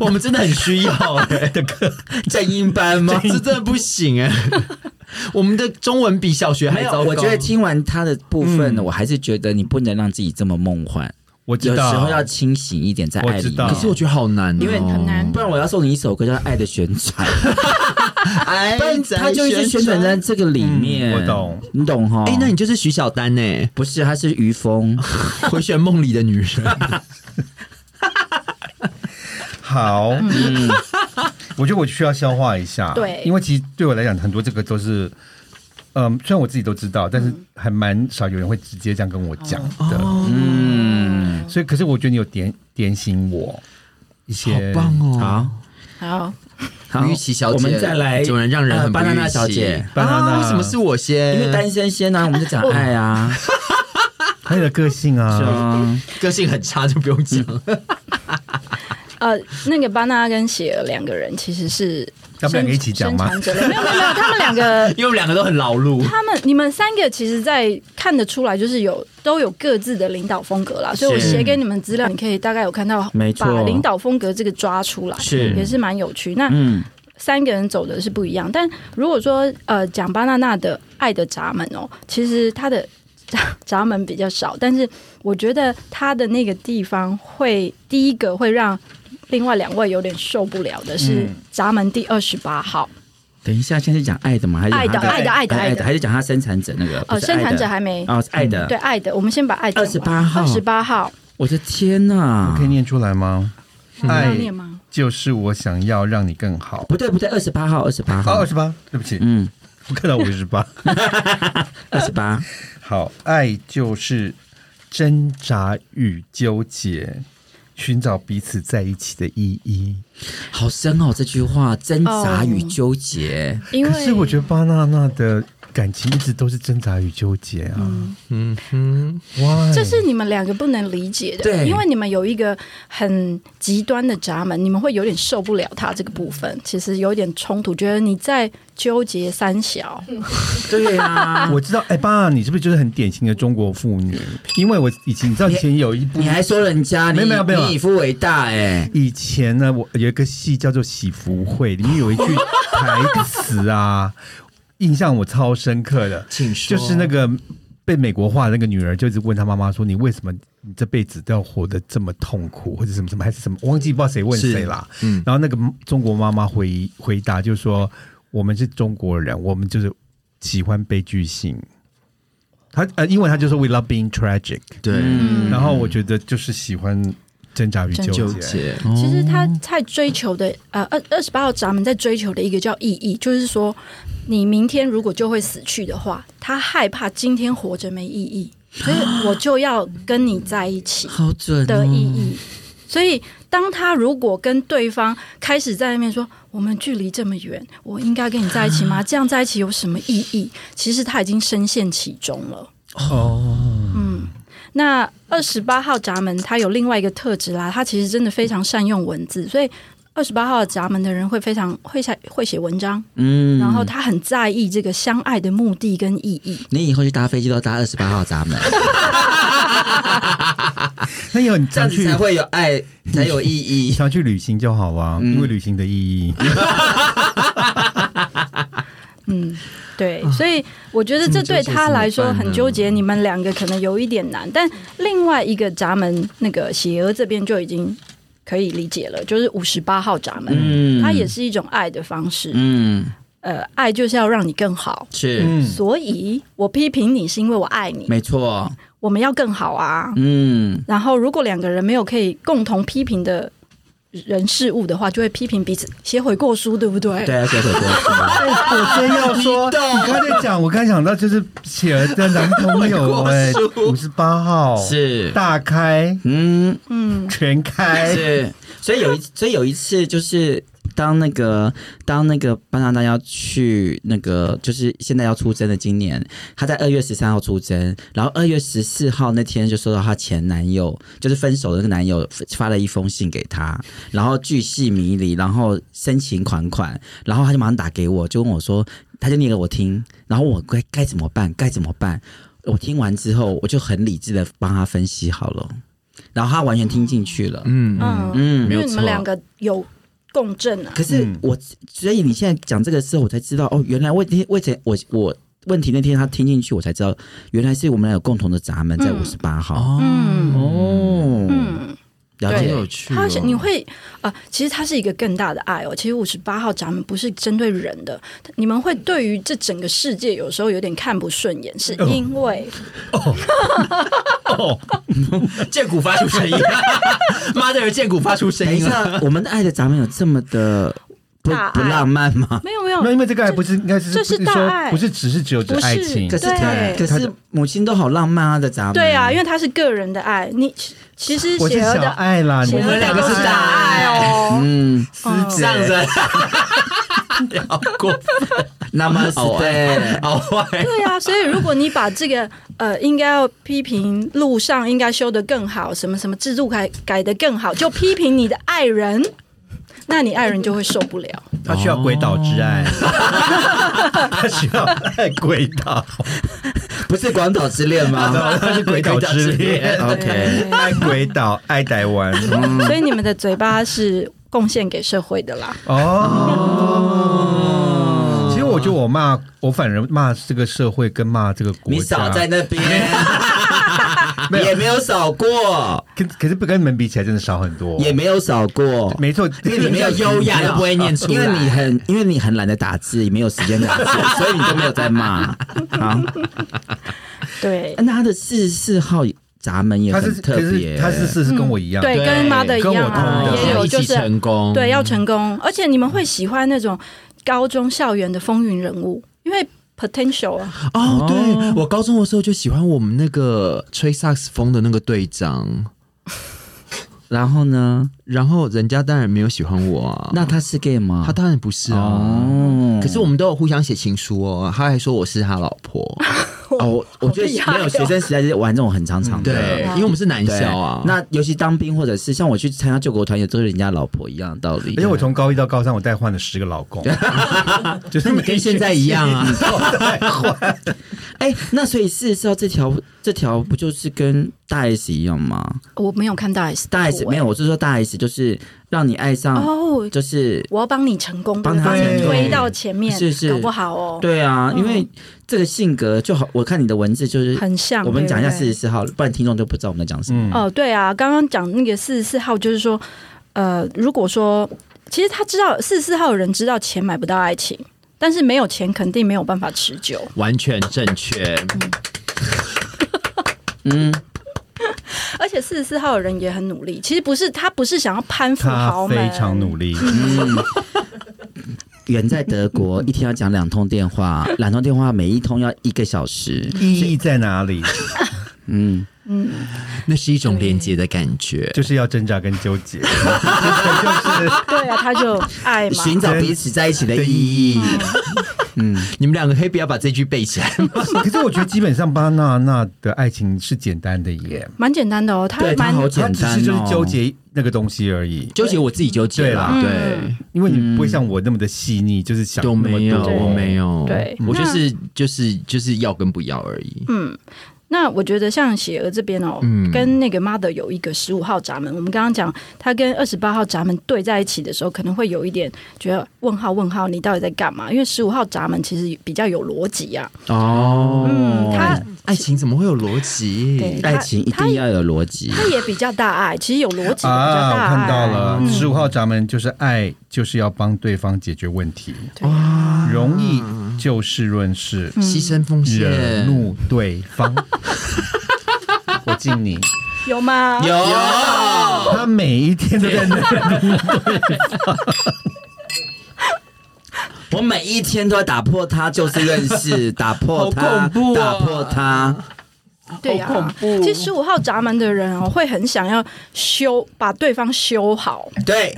我们真的很需 要哎的课，正音班吗？ 这真的不行 哎。我们的中文比小学还没有，糟糕。我觉得听完他的部分呢，我还是觉得你不能让自己这么梦幻，我有知时道，候要清醒一点在爱我里知道面可。是我觉得好难哦，因为很难不然我要送你一首歌叫《爱的旋转》， 哎不然他就一直旋转在。这个里面。嗯我懂，你懂哈？哎，那你就是徐小丹欸呢，不是他是于峰， 《回旋梦里的女 人》好，嗯 我觉得我需要消化一下，对因为其实对我来讲，很多这个都是，嗯，虽然我自己都知道，但是嗯还蛮少有人会直接这样跟我讲哦的，嗯，所以可是我觉得你有点点醒我一些，好棒哦好，好，好于琪小姐我们再来，总能让人很不巴预期娜娜小姐，巴娜娜啊为什么是我先？因为单身先啊，我们就讲爱啊，还有个性 是啊，啊，个性很差，就不用讲。呃，那个巴娜娜跟喜儿两个人其实是要不然生你一起讲吗生产者类没有没有没有，他们两个 因为我们两个都很劳碌，他们你们三个其实，在看得出来，就是有都有各自的领导风格啦，所以我是写给你们资料，你可以大概有看到，没错把领导风格这个抓出来，是也是蛮有趣。那嗯，三个人走的是不一样，但如果说呃讲巴娜娜的爱的闸门哦，其实她的闸门比较少，但是我觉得她的那个地方会第一个会让另外两位有点受不了的是嗯闸门第二十八号。等一下，现在是讲爱的吗？还是讲爱的哎他爱的爱的爱的还是讲他生产者那个？不呃，是爱的生产者还没嗯哦，是爱的，对，爱的，我们先把爱28号二十八号，我的天呐！可以念出来吗？要爱念吗？就是我想要让你更好。不对不对，二十八号，二十八好，号二，十八，对不起，嗯，我看到五十 八。二十八，好，爱就是挣扎与纠结，寻找彼此在一起的意义。好深哦！这句话挣扎与纠结，因为可是我觉得巴娜娜的感情一直都是挣扎与纠结啊。嗯哼，哇，这是你们两个不能理解的，对因为你们有一个很极端的闸门，你们会有点受不了他这个部分，其实有点冲突，觉得你在纠结三小，对 啊，我知道，哎，巴娜，你是不是就是很典型的中国妇女？因为我以前，你知道以前有一部你。还说人家，你没有没有没有你以夫为大哎，以前呢，我有一个戏叫做《喜福会》，里面有一句台词啊，印象我超深刻的。请说就是那个被美国化的那个女儿，就一直问她妈妈说：“你为什么你这辈子都要活得这么痛苦，或者什么什么，还是什么？”我忘记不知道谁问谁啦。嗯，然后那个中国妈妈回回答就说：“我们是中国人，我们就是喜欢悲剧性。”她呃，因为她就说 “We love being tragic”，、对，嗯，然后我觉得就是喜欢挣扎与挣纠结。纠结，其实他在追求的，呃，二二十八号闸门在追求的一个叫意义，就是说，你明天如果就会死去的话，他害怕今天活着没意义，所以我就要跟你在一起。好哦准的意义。所以，当他如果跟对方开始在那边说“我们距离这么远，我应该跟你在一起吗？这样在一起有什么意义？”其实他已经深陷其中了。嗯哦，那二十八号闸门，它有另外一个特质啦，它其实真的非常善用文字，所以。二十八号闸门的人会非常会写会写文章，嗯然后他很在意这个相爱的目的跟意义。你以后去搭飞机都要搭二十八号 闸门，那有你这常样子去才会有爱，才有意你 义。常去旅行就好啊，因为旅行的意 义。嗯，对，所以我觉得这对他来说很纠结，你们两个可能有一点难，但另外一个闸门那个喜儿这边就已经可以理解了，就是五十八号闸门，嗯它也是一种爱的方式。嗯，呃，爱就是要让你更好，是，嗯，所以我批评你是因为我爱你，没错，我们要更好啊。嗯，然后，如果两个人没有可以共同批评的人事物的话，就会批评彼此，写悔过书，对不对？对，啊，写悔过 书，我真要说， 你刚才讲，我刚才想到就是企鹅的男朋 友哎，五十八号是大开嗯。嗯，全开，是，所以有一，所以有一次就是当那个当那个班纳达要去那个就是现在要出征的，今年她在二月十三号出征，然后二月十四号那天就收到她前男友就是分手的那个男友发了一封信给她，然后巨细迷离，然后深情款款，然后她就马上打给我，就问我说，她就念给我听，然后我该该怎么办？该怎么办？我听完之后，我就很理智的帮她分析好了，然后她完全听进去了。嗯嗯，嗯没有因为你们错两个有共振啊。可是嗯我，所以你现在讲这个事，我才知道哦，原来问题，为前我我问题那天他听进去，我才知道原来是我们俩有共同的闸门在嗯五十八号。哦，嗯哦，嗯，了好对有解，趣哦他是你会啊、其实它是一个更大的爱哦。其实五十八号闸门不是针对人的，你们会对于这整个世界有时候有点看不顺眼，是哦因为、剑骨发出声音， 妈的，剑骨发出声等一音了。下，我们的爱的闸门有这么的不大爱不浪漫吗？没有没有那因为这个爱不是应该是这是不大说爱不是只是只有指不是爱情 可，是对他，可他是母亲都好浪漫啊的闸门。对啊，因为它是个人的爱。你其实我是邪恶小的爱啦，你邪恶们的两个都是是大大爱爱哦。嗯， 嗯这样子， 好过分，那么是好 对，好坏， 对啊，所以如果你把这个呃，应该要批评路上应该修得更好，什么什么制度改改得更好，就批评你的爱人，那你爱人就会受不了。他需要鬼岛之爱，哦 他需要爱鬼岛，不是广岛之恋 吗 他是鬼岛之 恋， ？OK，爱鬼岛，爱台湾，所以你们的嘴巴是贡献给社会的啦。哦。其实我觉得我骂我反而骂这个社会跟骂这个国你家少，在那边，也 没有少 过，可可是不跟你们比起来真的少很多，也没有少过，没错，因为你没有优雅，又不会念出来，因为你很因为你很懒得打字，也没有时间打字，所以你都没有在骂。好，对那他的四十四号闸门也他是很特可别，是他是是是跟我一样，嗯对，对跟妈的一跟我样啊同，的也有一就起是成功，对，要成功，而且你们会喜欢那种高中校园的风云人物，因为 potential 啊，哦，对我高中的时候就喜欢我们那个吹萨克斯风的那个队长，然后呢？然后人家当然没有喜欢我啊，那他是 gay 吗？他当然不是啊。哦，可是我们都有互相写情书哦，他还说我是他老婆，哦，我我觉厉得害哦没有学生时代就是玩这种很长长的。对，因为我们是男嗯对校啊。那尤其当兵或者是像我去参加救国团，也都是人家老婆一样的道理。而且我从高一到高三，我带换了十个老 公，就是那你跟现在一 样啊每一个代换。哎，那所以四十四号这条这条不就是跟大 S 一样吗？哦我没有看大 S，欸大 S 没有，我是说大 S 就是让你爱上哦，就是我要帮你成功，帮他把成你功推到前面，是是搞不好哦，对啊，嗯因为这个性格就好，我看你的文字就是很像。我们讲一下对不四对十四号，不然听众就不知道我们在讲什么。嗯，哦，对啊，刚刚讲那个四十四号，就是说，呃，如果说，其实他知道四十四号的人知道钱买不到爱情，但是没有钱肯定没有办法持 久。完全正确，嗯，而且四十四号的人也很努力，其实不是他不是想要攀附他豪门，非常努力，远在德国，一天要讲两通电 话，两通电话每一通要一个小时。嗯意义在哪里？嗯，那是一种连接的感觉。就是要挣扎跟纠结，就是对啊，嗯他就爱嘛。寻找彼此在一起的意义。 你们两个可以不要把这句背起来吗？可是我觉得基本上巴娜娜的爱情是简单的耶，蛮简单的哦，他对他蛮好简她只单是就是哦纠结那个东西而已。纠结我自己纠结啦，对啦对，因为你不会像我那么的细腻，就是想都那么没有，多我没有，对我就是就是就是要跟不要而已。嗯。那我觉得像企鹅这边哦，嗯跟那个 mother 有一个十五号闸门，我们刚刚讲他跟二十八号闸门对在一起的时候，可能会有一点觉得问号问号，你到底在干嘛？因为十五号闸门其实比较有逻辑啊，哦嗯，他爱情怎么会有逻辑对？爱情一定要有逻辑。它也比较大爱，其实有逻辑的比较啊，大哎嗯我爱。看到了，十五号闸门就是爱，就是要帮对方解决问题，对嗯容易就事论事，牺牲奉惹献，怒对方。我敬你，有吗？有他每一天都在那。我每一天都要打破它，就事论 事，打破它，好恐怖哦啊打破它。对呀、其实十五号闸门的人哦，会很想要修，把对方修好。对，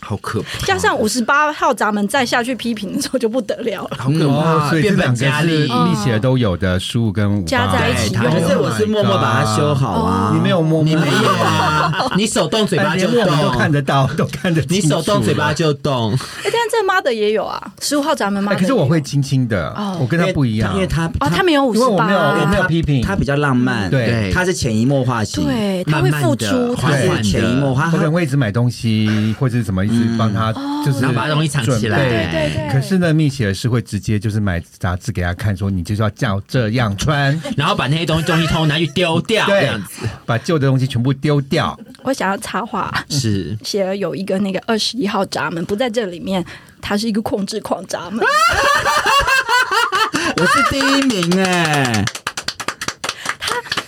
好可怕，加上五十八号闸门再下去批评的时候就不得了了。好可怕，哦所以这变本两个加是厉。蜜雪都有的，十五跟五嗯加在一起对用它 可是我是默默把它修好啊。Oh 你没有摸，你没有 你手动嘴巴连就我们都看动，得到，都看得清你楚手动嘴巴就动，哎、但这妈的也有啊，十五号闸门妈哎的也哦可有、是我会轻轻的，我跟他不一样，因为他哦，他没有五十因为我八，没有我没有批评他比较浪漫，对对他是潜移默化型，，对，他会慢慢地付出，他他对会是潜移默化，我可能他嗯会一直买东西或者什么，一直帮他哦就是然后把东西藏起来准备对对对。可是呢，蜜雪儿是会直接就是买杂志给他看，说你就是要照这样 穿，然后把那些东西东西通通拿去丢掉，这对样子，把旧的东西全部丢掉。我想要插话，是写了有一个那个二十一号闸门不在这里面，他是一个控制狂闸门，我是第一名嗯哎，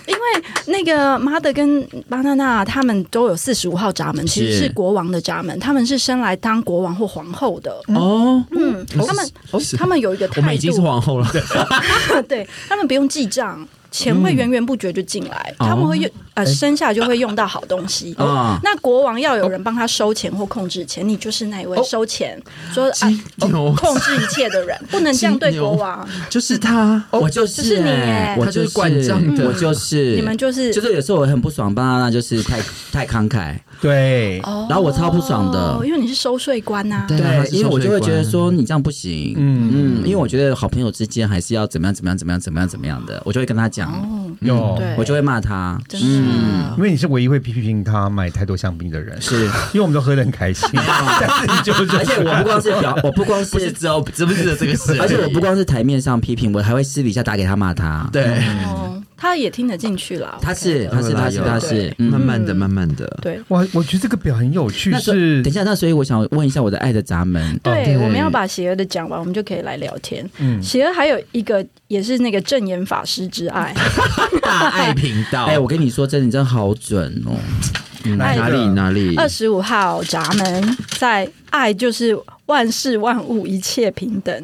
因为那个马德跟巴娜娜他们都有四十五号闸门，其实是是国王的闸门，他们是生来当国王或皇后的。哦，嗯，他们他们有一个态我度，们已经是皇后了， 对他们不用记账，钱会源源不绝就进来，他们会用呃生下就会用到好东西。啊 那国王要有人帮他收钱或控制钱，你就是那一位收钱、说啊金牛控制一切的人，不能这样对国王。就是他，我就就是是你哎哎，我他哦就是管账的我就是，你们就是就是有时候我很不爽，巴娜娜就是太太慷慨，对，哦然后我超不爽的哦因为你是收税官呐、对啊他是因为我就会觉得收税官说你这样不行，嗯嗯嗯，因为我觉得好朋友之间还是要怎么样怎么样怎么样怎么样怎么样的，我就会跟他讲，哦，有，对我就会骂他，真是、因为你是唯一会批评他买太多香槟的人，是，哦因为我们都喝得很开 心，但是你就而且我不光是表，我不光不是是，只有知不知道这个事，而且我不光是台面上批评，我还会私底下打给他骂他，对，哦，他也听得进去啦。他是他是他是他是，慢嗯。慢的，慢慢的，对我我觉得这个表很有趣，那所以是等一下，那所以我想问一下我的爱的闸门，对，对我们要把邪恶的讲完，我们就可以来聊天。嗯邪恶还有一个也是那个正言法师之爱，大爱频道，嗯哎，我跟你说真的，你真的好准哦，哪一哪个里哪里，二十五号闸门在爱就是万事万物一切平等。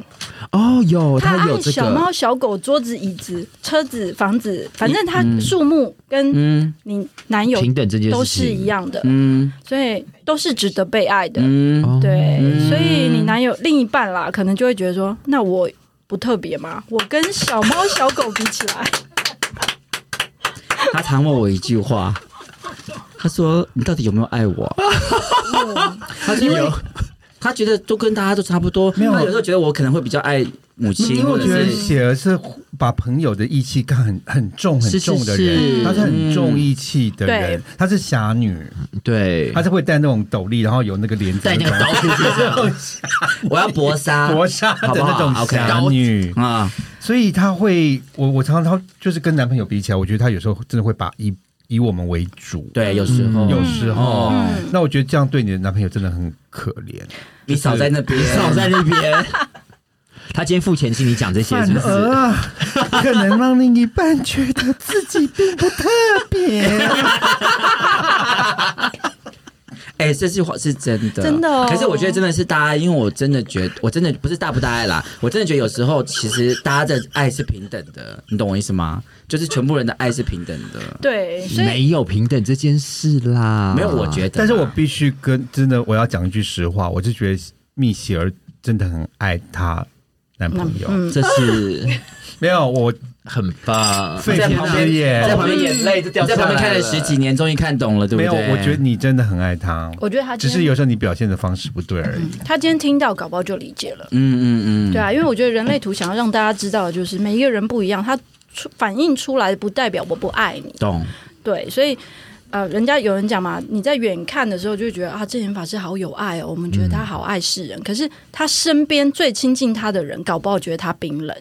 哦，有他他有爱这小个猫、小狗、桌子、椅子、车子、房子，反正他树木跟嗯你男友平等这件事都是情一样的，嗯所以都是值得被爱的。嗯，哦对，所以你男友另一半啦，可能就会觉得说，那我不特别吗？我跟小猫、小狗比起来，他常问我一句话，他说：“你到底有没有爱我？” 他说有，他觉得都跟大家都差不多。没有他有时候觉得我可能会比较爱母亲，因为我觉得或者是雪儿是把朋友的义气感很很重很是是重的人，是嗯她是很重义气的人对，她是侠女，对，她是会戴那种斗笠，然后有那个帘子带那那个种刀出去这样， 我要搏杀，薄纱的那种好不好？OK 侠女，啊，所以她会，我我常常就是跟男朋友比起来，我觉得她有时候真的会把以以我们为主，对，有时候有时候嗯，那我觉得这样对你的男朋友真的很可怜，你少在那边， 少在那 边，他今天付钱请你讲这些，反是不是？而啊， 可能让另一半觉得自己并不特别。哎、这句话是真的，真的哦可是我觉得真的是大家，因为我真的觉得，我真的不是大不大爱啦，我真的觉得有时候其实大家的爱是平等的，你懂我意思吗？就是全部人的爱是平等的，对，所以没有平等这件事啦，没有我觉得啦，但是我必须跟真的，我要讲一句实话，我就觉得蜜雪儿真的很爱她男朋友。这 是没有，我很棒，肺在腑旁之边在啊旁言。边眼泪就掉下来了，在旁边看了十几年，终于看懂了，对不没对？有，我觉得你真的很爱他，我觉得他只今是天有时候你表现的方式不对而已。他今天听到，搞不好就理解了。嗯嗯嗯，对啊，因为我觉得人类图想要让大家知道，的就是每一个人不一样，他出反映出来不代表我不爱你。懂，对，所以呃，人家有人讲嘛，你在远看的时候就会觉得啊，这人法师好有爱哦，我们嗯觉得他好爱世人，可是他身边最亲近他的人，搞不好觉得他冰冷。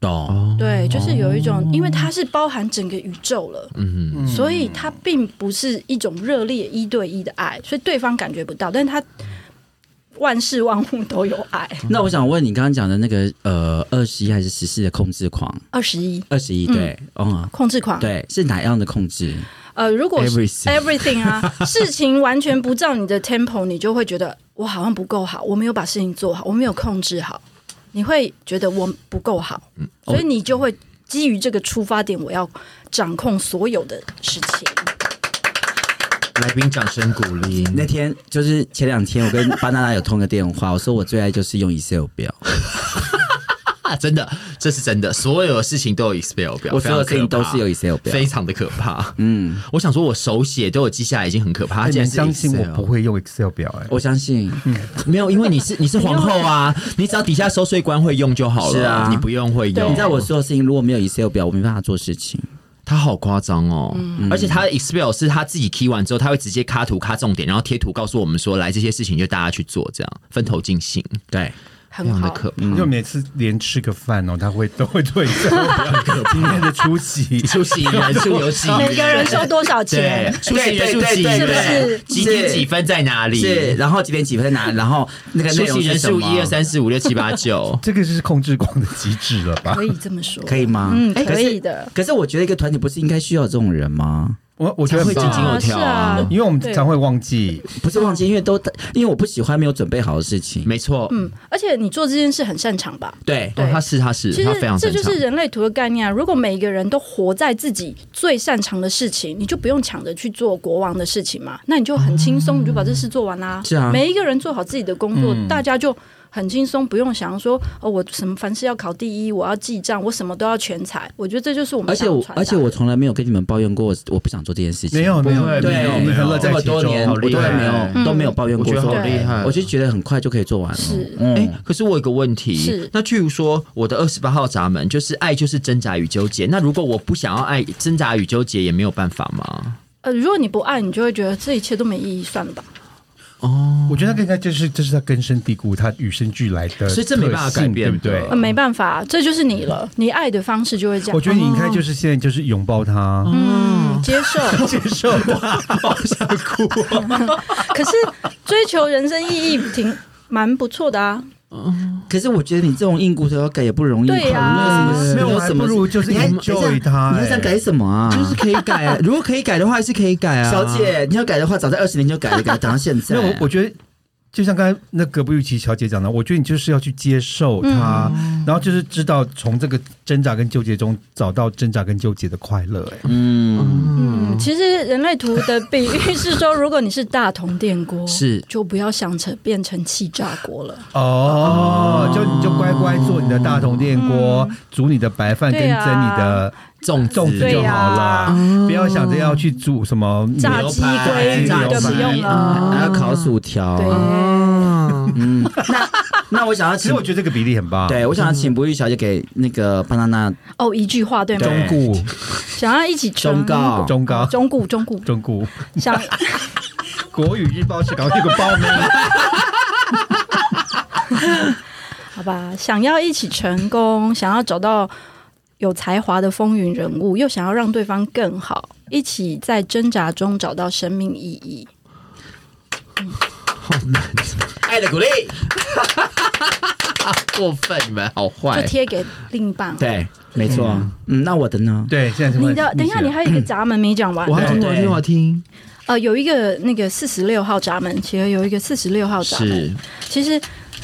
懂，哦对，就是有一种，因为它是包含整个宇宙了，哦嗯嗯所以它并不是一种热烈一对一的爱，所以对方感觉不到，但是它万事万物都有爱。那那我我想想问你刚刚讲的那个呃二十一还是十四的控制狂？嗯二十一，二十一对，嗯，控制狂，对，是哪样的控制？呃，如果 是 Everything everything 啊，事情完全不照你的 tempo，你就会觉得我好像不够好，我没有把事情做好，我没有控制好，你会觉得我不够好，嗯哦所以你就会基于这个出发点，我要掌控所有的事情。来宾掌声鼓励。那天就是前两天，我跟巴娜娜有通个电话，我说我最爱就是用 Excel 表， 啊，真的，这是真的，所有的事情都有 Excel 表，我所有事情都是有非常可 Excel 怕表，非常的可怕。嗯，我想说，我手写都有记下来，已经很可哎怕。他你竟们然是相信我 Excel 不会用 Excel 表哎、我相信，嗯没有，因为你 是你是皇后啊，你只要底下收税官会用就好了，是啊你不用会对用。你知道我所有事情如果没有 Excel 表，我没办法做事情。他好夸张哦，嗯而且他的 Excel 是他自己 key 完之后，他会直接卡图卡重点，然后贴图告诉我们说，来这些事情就大家去做，这样分头进行，对，非很嗯常的好，嗯可嗯怕。就每次连吃个饭哦，他会都会做 Excel 表。今天的出席。出席人数有几每个人收多少对钱？，出席人数对几对对对人，是几点几分在哪里？是，然后几点几分拿，然后那个出内容席人是什数么，E 一二，三四五六七八九这个就是控制狂的极致了吧可？以这么说，可以吗？嗯，哎可以。的可是。可是我觉得一个团体不是应该需要这种人吗？我我觉得 才会很津津棒有啊，跳啊是啊因为我们常会忘记，不是忘记，因为都因为我不喜欢没有准备好的事情。没错，嗯，而且你做这件事很擅长吧？对，哦他是他是其他实非常这擅就长是。人类图的概念啊！如果每一个人都活在自己最擅长的事情，你就不用抢着去做国王的事情嘛，那你就很轻松，你就把这事做完啦、是啊嗯每一个人做好自己的工作，大家就很轻松，不用想说哦，我什么凡事要考第一，我要记账，我什么都要全才。我觉得这就是我们而且想要我传达啊而的且我从来没有跟你们抱怨过我我不想做这件事情。没有没有不会没有对，没有，乐这在么其多年，中，我都好厉害没有都没有抱怨过，我觉得好说哎厉害我就觉得很快就可以做完了。是嗯哎、可是我有个问题，是那譬如说我的二十八号闸门就是爱，就是挣扎与纠结。那如果我不想要爱，挣扎与纠结也没有办法 吗？呃，如果你不爱，你就会觉得这一切都没意义，算了吧。我觉得那个应该就是这是他根深蒂固，他与生俱来的特性，所以这没办法改变对不对的？嗯呃，没办法，这就是你了，你爱的方式就会这样。我觉得你应该就是现在就是拥抱他，嗯， 接受。接受他。啊可是追求人生意义挺蛮不错的啊，可是我觉得你这种硬骨头要改也不容易，对啊你有什么没有你有什么还不如就是你还 enjoy 它哎你还想改什么啊？就是可以改、啊，如果可以改的话，还是可以改啊。小，姐，你要改的话，早在二十年就改了，改等到现在。没有， 我我觉得就像刚才那个布玉琪小姐讲的，我觉得你就是要去接受它，然后就是知道从这个挣扎跟纠结中找到挣扎跟纠结的快乐。哎嗯，嗯，其实人类图的比喻是说，如果你是大铜电锅，是就不要想成变成气炸锅了。哦，就你就乖乖做你的大铜电锅，煮你的白饭跟对蒸啊你的粽粽子就对好呀了，不要想着要去煮什么炸牛鸡排鲑鱼牛就不排用了。啊还要烤薯条。对，嗯，那那我想要其请实我，觉得这个比例很棒。对我想要请不玉小姐给那个巴娜娜哦，一句话对吗？中固、想要一起成忠告，中高、中固中固中固，想国语日报是搞这个报名。好吧，想要一起成功， 想要找到有才华的风云人物，又想要让对方更好，一起在挣扎中找到生命意义。爱的鼓 励，过分，你们好就坏。贴给另一半。对，没错。嗯，那我的呢？ 对，现在是你问的等一下，是你还有一个闸门没讲完。我要听，对我要听，我要听。呃，有一个那个四十六号闸门，企鹅有一个四十六号闸门。是，其实，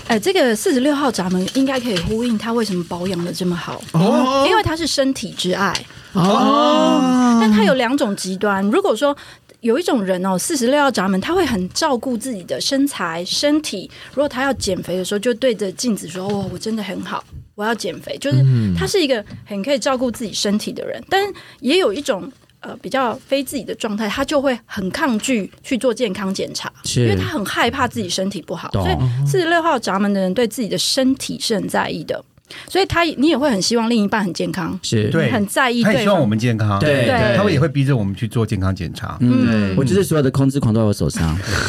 呃，这个四十六号闸门应该可以呼应他为什么保养的这么好，哦因为它是身体之爱。哦，但它有两种极端。如果说有一种人哦，四十六号闸门，他会很照顾自己的身材、身体。如果他要减肥的时候，就对着镜子说：“哇、我真的很好，我要减肥。”就是嗯他是一个很可以照顾自己身体的人。但也有一种呃比较非自己的状态，他就会很抗拒去做健康检查，是因为他很害怕自己身体不好。懂嗯所以四十六号闸门的人对自己的身体是很在意的。所以他，你也会很希望另一半很健康，是对很在意他也对希望方我们健康，对对他们也会逼着我们去做健康检查，嗯，对我就是所有的控制狂都在我手上。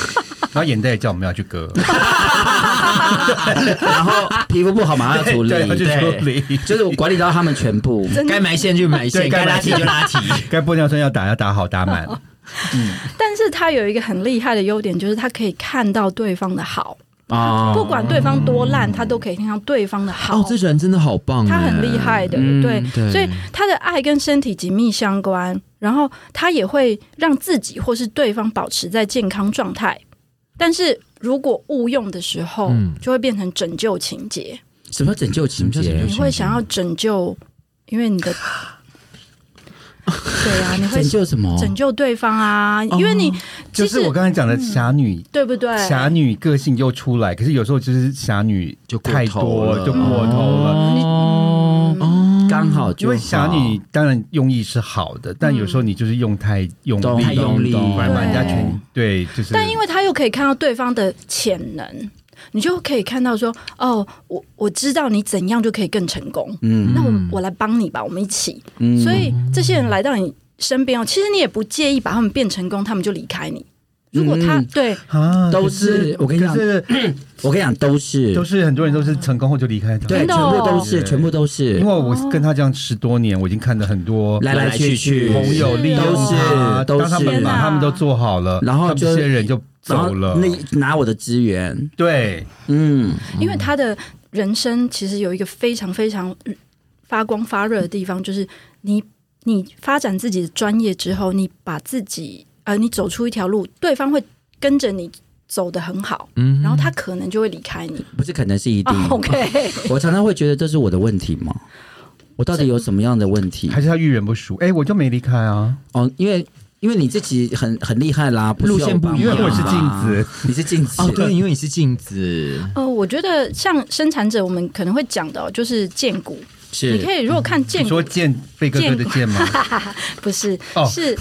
然后眼袋也叫我们要去割。然后皮肤不好马上要处 对要去理，处理，就是我管理到他们全部。真的该埋线就埋线，对该该拉埋提线就拉提。 该玻尿酸要打要打好打满，哦但是他有一个很厉害的优点，就是他可以看到对方的好，啊哦不管对方多烂，他都可以看到对方的好。哦，这人真的好棒，欸啊他很厉。害的，嗯对，对所以他的爱跟身体紧密相关，然后他也会让自己或是对方保持在健康状态。但是如果误用的时候，嗯就会变成拯救情节，什么叫拯救情什么叫拯节救？你会想要拯救，因为 你的，对啊，你会拯救什哦么？拯救对方啊，因为你就其是实我刚才讲的侠女。对不对？侠女个性又出来，可是有时候就是侠女就过太头多了就过头了，哦哦，刚好因就为侠好女当然用意是好的，但有时候你就是用太用嗯懂力，太用力反而把人家对全对就是。但因为他又可以看到对方的潜能，你就可以看到说，哦，我我知道你怎样就可以更成功，嗯那我我来帮你吧，我们一起。嗯所以这些人来到你身边哦，其实你也不介意把他们变成功，他们就离开你。如果他、嗯对啊，都可是我跟你讲可是我跟你讲，都是都是很多人都是成功后就离开他，对，全真的哦部都是，全部都是因为。我跟他这样十多年，我已经看了很多来来去去朋友利用他，都是当他都是们把他们都做好了，然后他们就这些人就然后走了，那拿我的资源，对，嗯，因为他的人生其实有一个非常非常嗯发光发热的地方，就是你你发展自己的专业之后，你把自己呃，你走出一条路，对方会跟着你走得很好，嗯然后他可能就会离开你。不是可能是一定。啊 OK，我常常会觉得这是我的问题吗？我到底有什么样的问题还？是他遇人不淑，哎，我就没离开啊，哦，因为因为你自己很很厉害啦，不是路线不有帮一因样为忙我是啦镜子， 你是镜子哦，对，因为你是镜子，呃，我觉得像生产者，我们可能会讲的、哦、就是荐股，是你可以如果看荐你股说，剑贝哥哥的剑吗？不是、哦是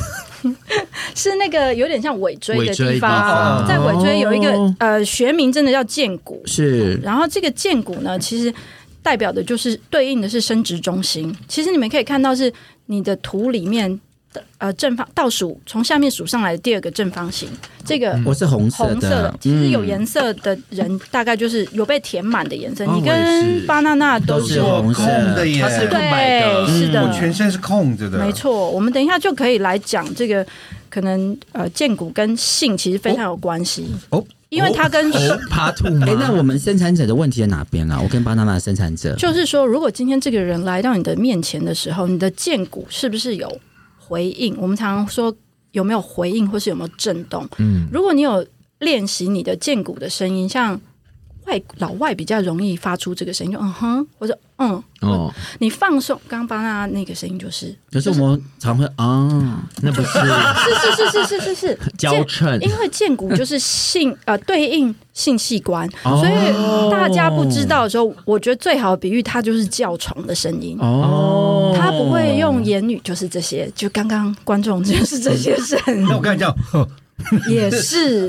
是那个有点像尾椎的尾椎地的方，哦方地在尾椎有一个、哦呃学名，真的叫荐股。是然后这个荐骨呢，其实代表的就是对应的是生殖中心。其实你们可以看到是你的图里面的呃正方倒数从下面数上来的第二个正方形，这个。我是红色红色的的，，其实有嗯颜色的人大概就是有被填满的颜色。哦你我也跟是巴娜娜都都是是红我色空的耶，他是空白的，对，是的，嗯我全身是空着的，没错。我们等一下就可以来讲这个，可能呃，荐骨跟性其实非常有关系，哦，因为它跟爬兔吗哎、？那我们生产者的问题在哪边啊？我跟巴娜娜的生产者，就是说，如果今天这个人来到你的面前的时候，你的剑骨是不是有回应？我们常常说有没有回应，或是有没有震动？嗯，如果你有练习你的剑骨的声音，像外老外比较容易发出这个声音，就嗯哼，或者嗯，哦，你放松。刚刚巴纳那个声音就是，可是我们常会啊，那不是是是是是是是是娇嗔剑因为剑骨就是性 呃对应性器官，所以大家不知道的时候，我觉得最好的比喻它就是叫床的声音。哦，他不会用言语，就是这些，就刚刚观众就是这些声， 那我跟你讲，呵也是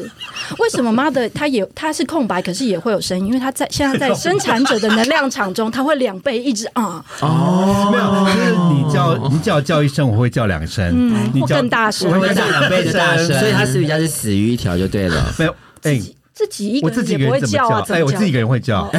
为什么妈的他也他是空白，可是也会有声音，因为他在现在在生产者的能量场中，他会两倍一直啊，没有，就是你叫你叫叫一声，我会叫两声，哦嗯，你或叫更大声我，会大叫两两倍倍的的大大声，声所以他是比较是死于一条就对 了。没有，哎，自己一个我自人己也一个不会人怎么叫啊，哎，我自己一个人会叫，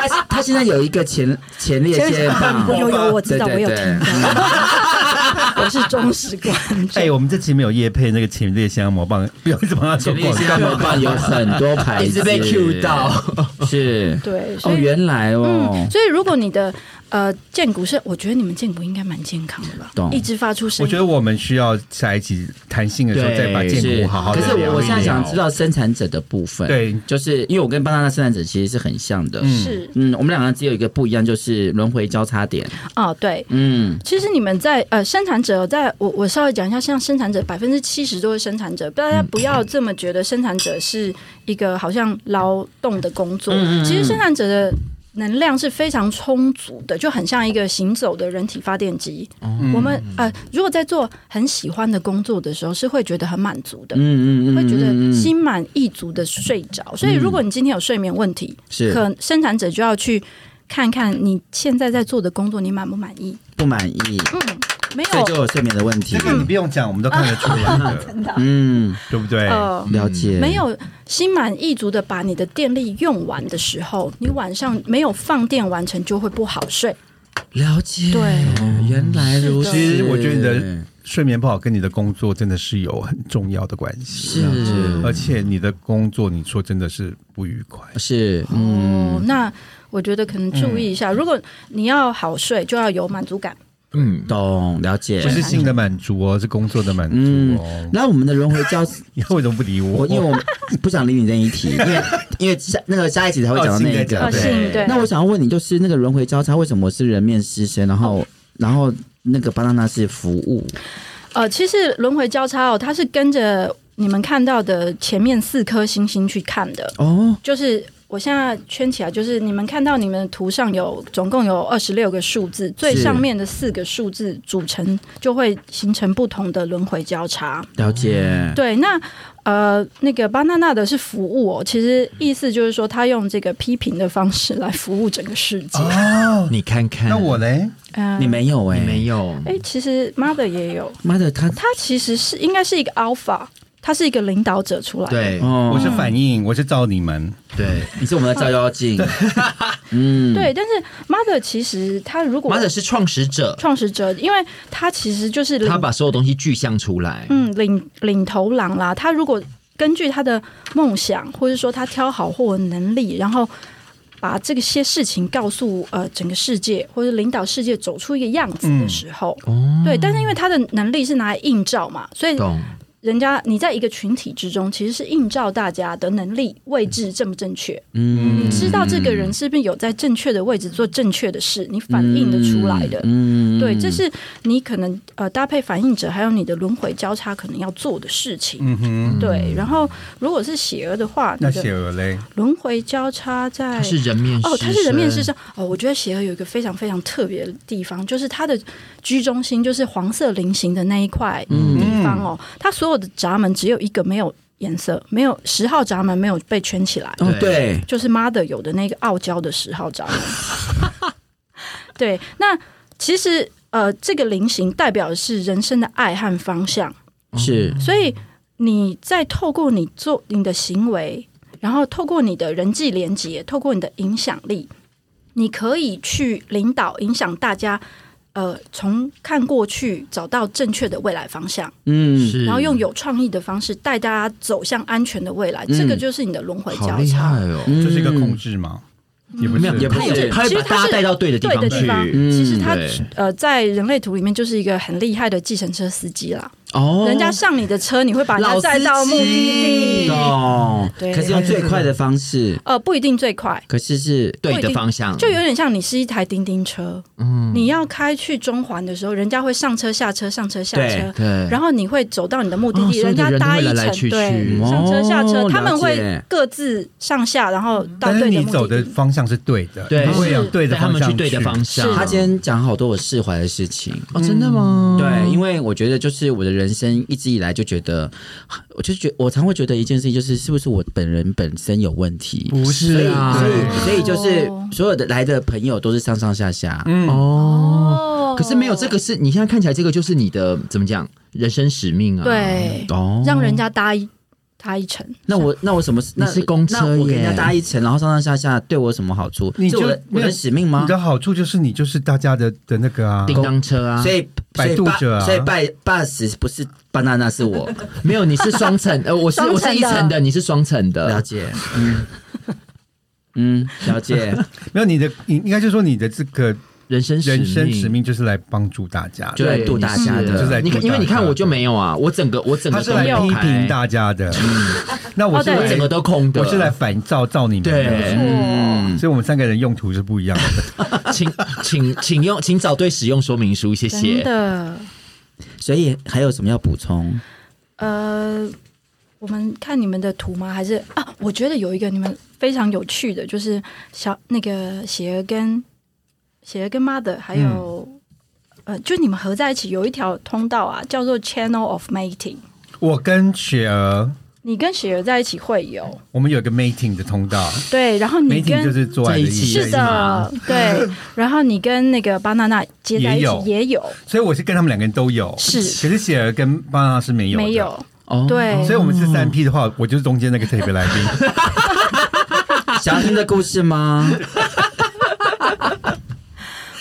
他他现在有一个前前列腺棒，有有我知道，对我对有对听到，我是忠实观众哎，。我们这期没有夜配那个前列腺按摩棒，不要一直帮他做广腺告，按摩棒有很 多牌子，一直被 cue 到， 是对，所哦，以原来哦嗯，，所以如果你的呃剑骨是，我觉得你们剑骨应该蛮健康的吧懂，一直发出声我音觉。得我们需要下一期弹性的时候对再把剑骨好好可的是我我现在想知道，道生产者的部分，对就是因为我跟巴娜娜生产者其实是很像的，嗯是嗯，我们两个只有一个不一样，就是轮回交叉点，啊，对，嗯，其实你们在呃生产者在，我我稍微讲一下，像生产者百分之七十都是生产嗯者，大家不要这么觉得生产者是一个好像劳动的工作，嗯嗯嗯其实生产者的。能量是非常充足的，就很像一个行走的人体发电机。哦我们呃，如果在做很喜欢的工作的时候，是会觉得很满足的，嗯嗯嗯，会觉嗯得嗯心满意足的睡着。所以，如果你今天有睡眠问题，是可生产者就要去看看你现在在做的工作，你满不满意？不满意，嗯，没所以就有，有睡眠的问题这。个你不用讲，我们都看得出来 的，嗯，对不对？呃，了解。没有心满意足的把你的电力用完的时候，你晚上没有放电完成就会不好睡。了解，对，哦原来如此。其实我觉得你的睡眠不好跟你的工作真的是有很重要的关系，是而且你的工作，你说真的是不愉快。是，嗯哦，那我觉得可能注意一下，如果你要好睡，就要有满足感。嗯，懂了解不。是性的满足哦，是工作的满足嗯哦。那我们的轮回教， 你为什么不理我？我因为我不想理你那一题，因为因为下那个下一集才会讲到那一哦个对。性对，啊那我想要问你，就是那个轮回交叉，为什么是人面狮身，然哦后然后那个巴娜娜是服务？呃，其实轮回交叉哦，它是跟着你们看到的前面四颗星星去看的，哦，就是。我现在圈起来，就是你们看到你们的图上有总共有二十六个数字，最上面的四个数字组成就会形成不同的轮回交叉。了解。对，那呃，那个巴娜娜的是服务哦，其实意思就是说，他用这个批评的方式来服务整个世界。哦，你看看，那我嘞？嗯，你没有哎、你没有，哎、其实 Mother 也有，妈的，他他其实是应该是一个 Alpha，他是一个领导者出来的。对哦，我是反应，我是照你们。对，你是我们的照妖镜，嗯，对，但是 Mother 其实他如果马者是创始者，创始者，因为他其实就是他领把所有东西具象出来。嗯领领头狼啦。他如果根据他的梦想，或者说他挑好货的能力，然后把这个些事情告诉呃整个世界，或者领导世界走出一个样子的时候，对。但是因为他的能力是拿来映照嘛，所以懂，人家你在一个群体之中，其实是映照大家的能力位置正不正确。嗯你知道这个人是不是有在正确的位置做正确的事，你反映的出来的。嗯对，这是你可能呃搭配反应者还有你的轮回交叉可能要做的事情。嗯哼，对，然后如果是邪恶的话，那那雪个儿嘞？轮回交叉在他是人面哦，他它是人面狮身哦。我觉得邪恶有一个非常非常特别的地方，就是它的居中心就是黄色菱形的那一块嗯地方哦，它所有的闸门只有一个没有颜色，没有十号闸门没有被圈起来，哦对，就是 mother 有的那个傲娇的十号闸门。 对，那其实呃，这个菱形代表的是人生的爱和方向，是所以你在透过你做你的行为，然后透过你的人际连接，透过你的影响力，你可以去领导、影响大家。呃，从看过去找到正确的未来方向，嗯是，然后用有创意的方式带大家走向安全的未来，嗯这个就是你的轮回好交厉害叉。哦，这是一个控制吗？也不嗯没有是，也不控是，制他会嗯其把实它大家是带到对的地对方的地去。方，嗯其实他对呃，在人类图里面就是一个很厉害的计程车司机啦。哦，人家上你的车，你会把人家载到目的地。懂，对可是用最快的方式，呃，不一定最快，可是是对的方向，就有点像你是一台叮叮车，嗯，你要开去中环的时候，人家会上车下车，上车下车，对，然后你会走到你的目的地，哦所有的家人都搭会一来层，来去去对，哦上车下车，了解他们会各自上下，然后嗯到但是对的你走目的的地。方向是对的，对你会有对的带他方们向去对的方向。他今天讲好多我释怀的事情。哦，真的吗？对，因为我觉得就是我的人生一直以来就觉得，我就觉我常会觉得一件事情就是是不是我本人本身有问题，不是啊所以对所以就是哦所有的来的朋友都是上上下下，嗯，哦，哦可是没有这个是你现在看起来这个就是你的怎么讲人生使命啊？，对，哦，让人家搭一搭一层。那我那我什么？那你是公车那我给人家耶搭一层，然后上上下下，对我有什么好处？你是就我的没我有的使命吗你？的好处就是你就是大家的的那个啊，叮当车啊，所以摆渡者啊所以拜拜死不是 banana 是我没有你是双 层，呃，我是双层我的是一层的，你是双层的，了解，嗯嗯了解，没有你的，你应该就说你的这个人生人生使命就是来帮助大家的，就来度大家是就是的，在你看，度因为你大家看，的我就没有啊，我整个我整他个是都没来有批开评，大家的。 那我哦是对我来整个都空的，我是来反照照你们对的，嗯，所以我们三个人用途是不一样 的。请请请用，请找对使用说明书，谢真谢。的，所以还有什么要补充？呃，我们看你们的图吗？还是啊？我觉得有一个你们非常有趣的，就是小那个雪儿跟雪儿跟 mother，还有、嗯呃，就你们合在一起有一条通道啊，叫做 Channel of Mating。我跟雪儿，你跟雪儿在一起会有我们有一个 mating 的通道对，然后你，mating 跟就是做爱的意思。是的，对，然后你跟那个巴娜娜接在也一起有也有，所以我是跟他们两个人都有，是可是雪儿跟巴娜是没有，没。有，哦对，所以我们是三 P 的话，我就是中间那个特别来宾。想要听这故事吗？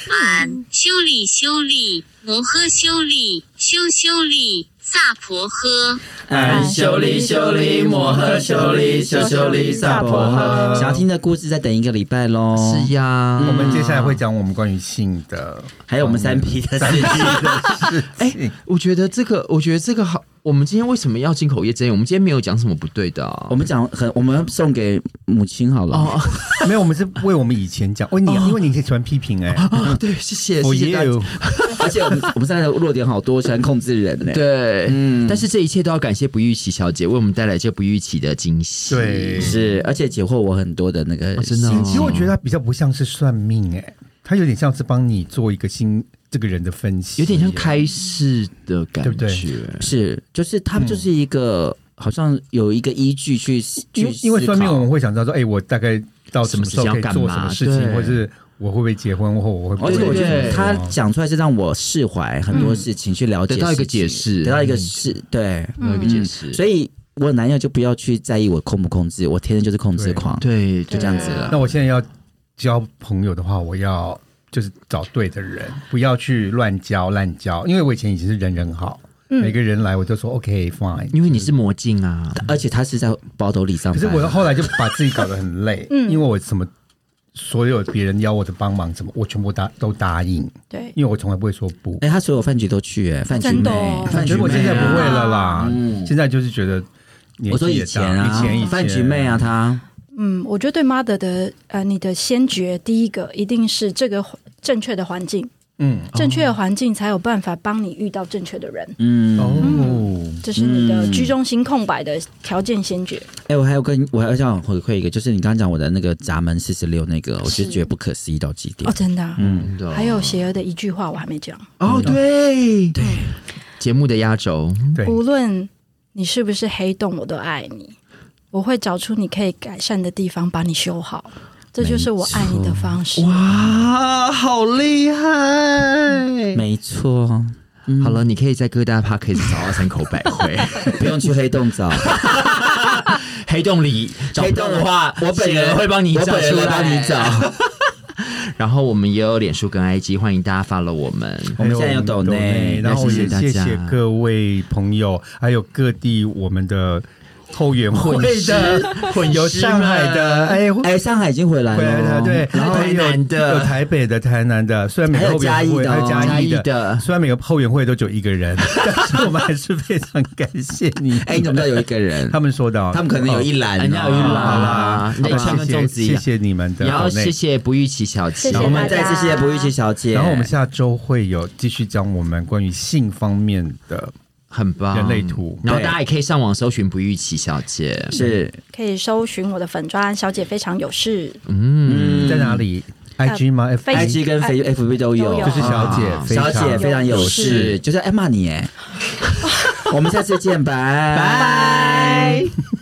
嗯修理修理，摩诃修理，修修理，萨婆诃。哎，修理修理摩诃修理修修理萨婆诃想要听的故事再等一个礼拜喽。是呀，我们接下来会讲我们关于性的还有我们三 P 的事情，事情。我觉得这个，我觉得这个好。我们今天为什么要进口业争议？我们今天没有讲什么不对的啊。我们讲很，我们送给母亲好了。哦没有，我们是为我们以前讲，哦为你，哦因为你以前喜欢批 评哎，Oh, 哦，对，谢谢，我也谢谢大家有。而且我们我们现在的弱点好多，喜欢控制人呢、对，嗯，但是这一切都要感谢不预期小姐为我们带来这不预期的惊喜。对，是，而且解惑我很多的那个、哦真的哦其实我觉得他比较不像是算命哎，他有点像是帮你做一个新这个人的分析，有点像开市的感对觉。不对是，就是他们就是一个、好像有一个依据去因去为因为算命我们会，会想知道说，哎，我大概到什么时候可以做什么事什情，么时间要干嘛或是我会不会结婚，或我会不而会哦且我觉得对他讲出来是让我释怀很多事情，去了解得到一个事情解释得到一个是对，嗯有一个解释，所以我男友就不要去在意我控不控制，我天生就是控制狂，对，就就这样子了。那我现在要交朋友的话，我要就是找对的人，不要去乱交滥交。因为我以前以前是人人好，嗯每个人来我就说 OK fine，因为你是魔镜啊，而且他是在包头里上可班，是我后来就把自己搞得很累，嗯因为我什么所有别人邀我的帮忙什么，我全部答都答应，对，因为我从来不会说不。哎、他所有饭局都去、哎，饭局真的妹哦，饭局结妹、果啊，嗯现在不会了啦，现在就是觉得年我说纪也以前大，啊，以前以前饭局妹啊，，她嗯，我觉得对 mother 的呃，你的先决第一个一定是这个环正确的环境，嗯，正确的环境才有办法帮你遇到正确的人，嗯，哎、哦，这是你的居中心空白的条件先决。哎我还有跟我还要想回馈一个，就是你刚刚讲我的那个闸门四十六那个，我就是觉得不可思议到极点哦，。真的啊、嗯，真的哦还有邪恶的一句话我还没讲，哦，对对，节目的压轴，对，无论你是不是黑洞，我都爱你，我会找出你可以改善的地方，把你修好。这就是我爱你的方式。哇，啊好厉害！没错，嗯好了，你可以在各大 p a r k a s 找到三口百惠，不用去黑洞找，黑洞里找不到的话，我本雪人儿会帮你我找本出人来，来帮你 找。然后我们也有脸书跟 IG，欢迎大家 follow 我们。我们现在有抖内然后也谢那谢谢大谢家各位朋友，还有各地我们的后援会的，混有上海的，哎。哎、上海已经回来回来了的哦，对，然后还有台南的有台北的、台南的，虽然每个后援会还有还有嘉义的哦嘉义嘉义的虽然每个后援会都只有一个 人，但是我们还是非常感谢你。哎、你怎么知道有一个人？他们说的哦，他们可能有一栏、哦，人家有一栏嗯好啦，那好像吧跟粽谢子一谢，谢样谢你们的，啊也要谢。谢不预期小谢姐，谢我们再大家次谢谢不玉琪小姐，然后我们下周会有继续讲我们关于性方面的，很棒，人类图啊然后对大家也可以上网搜寻不预期小姐，是可以搜寻我的粉砖，小姐非常有事。在哪里？IG 吗？F Facebook IG 跟 F F B 都有，都有就是小姐，啊非常小姐非常有事，就是爱骂你哎。我们下次见，拜拜。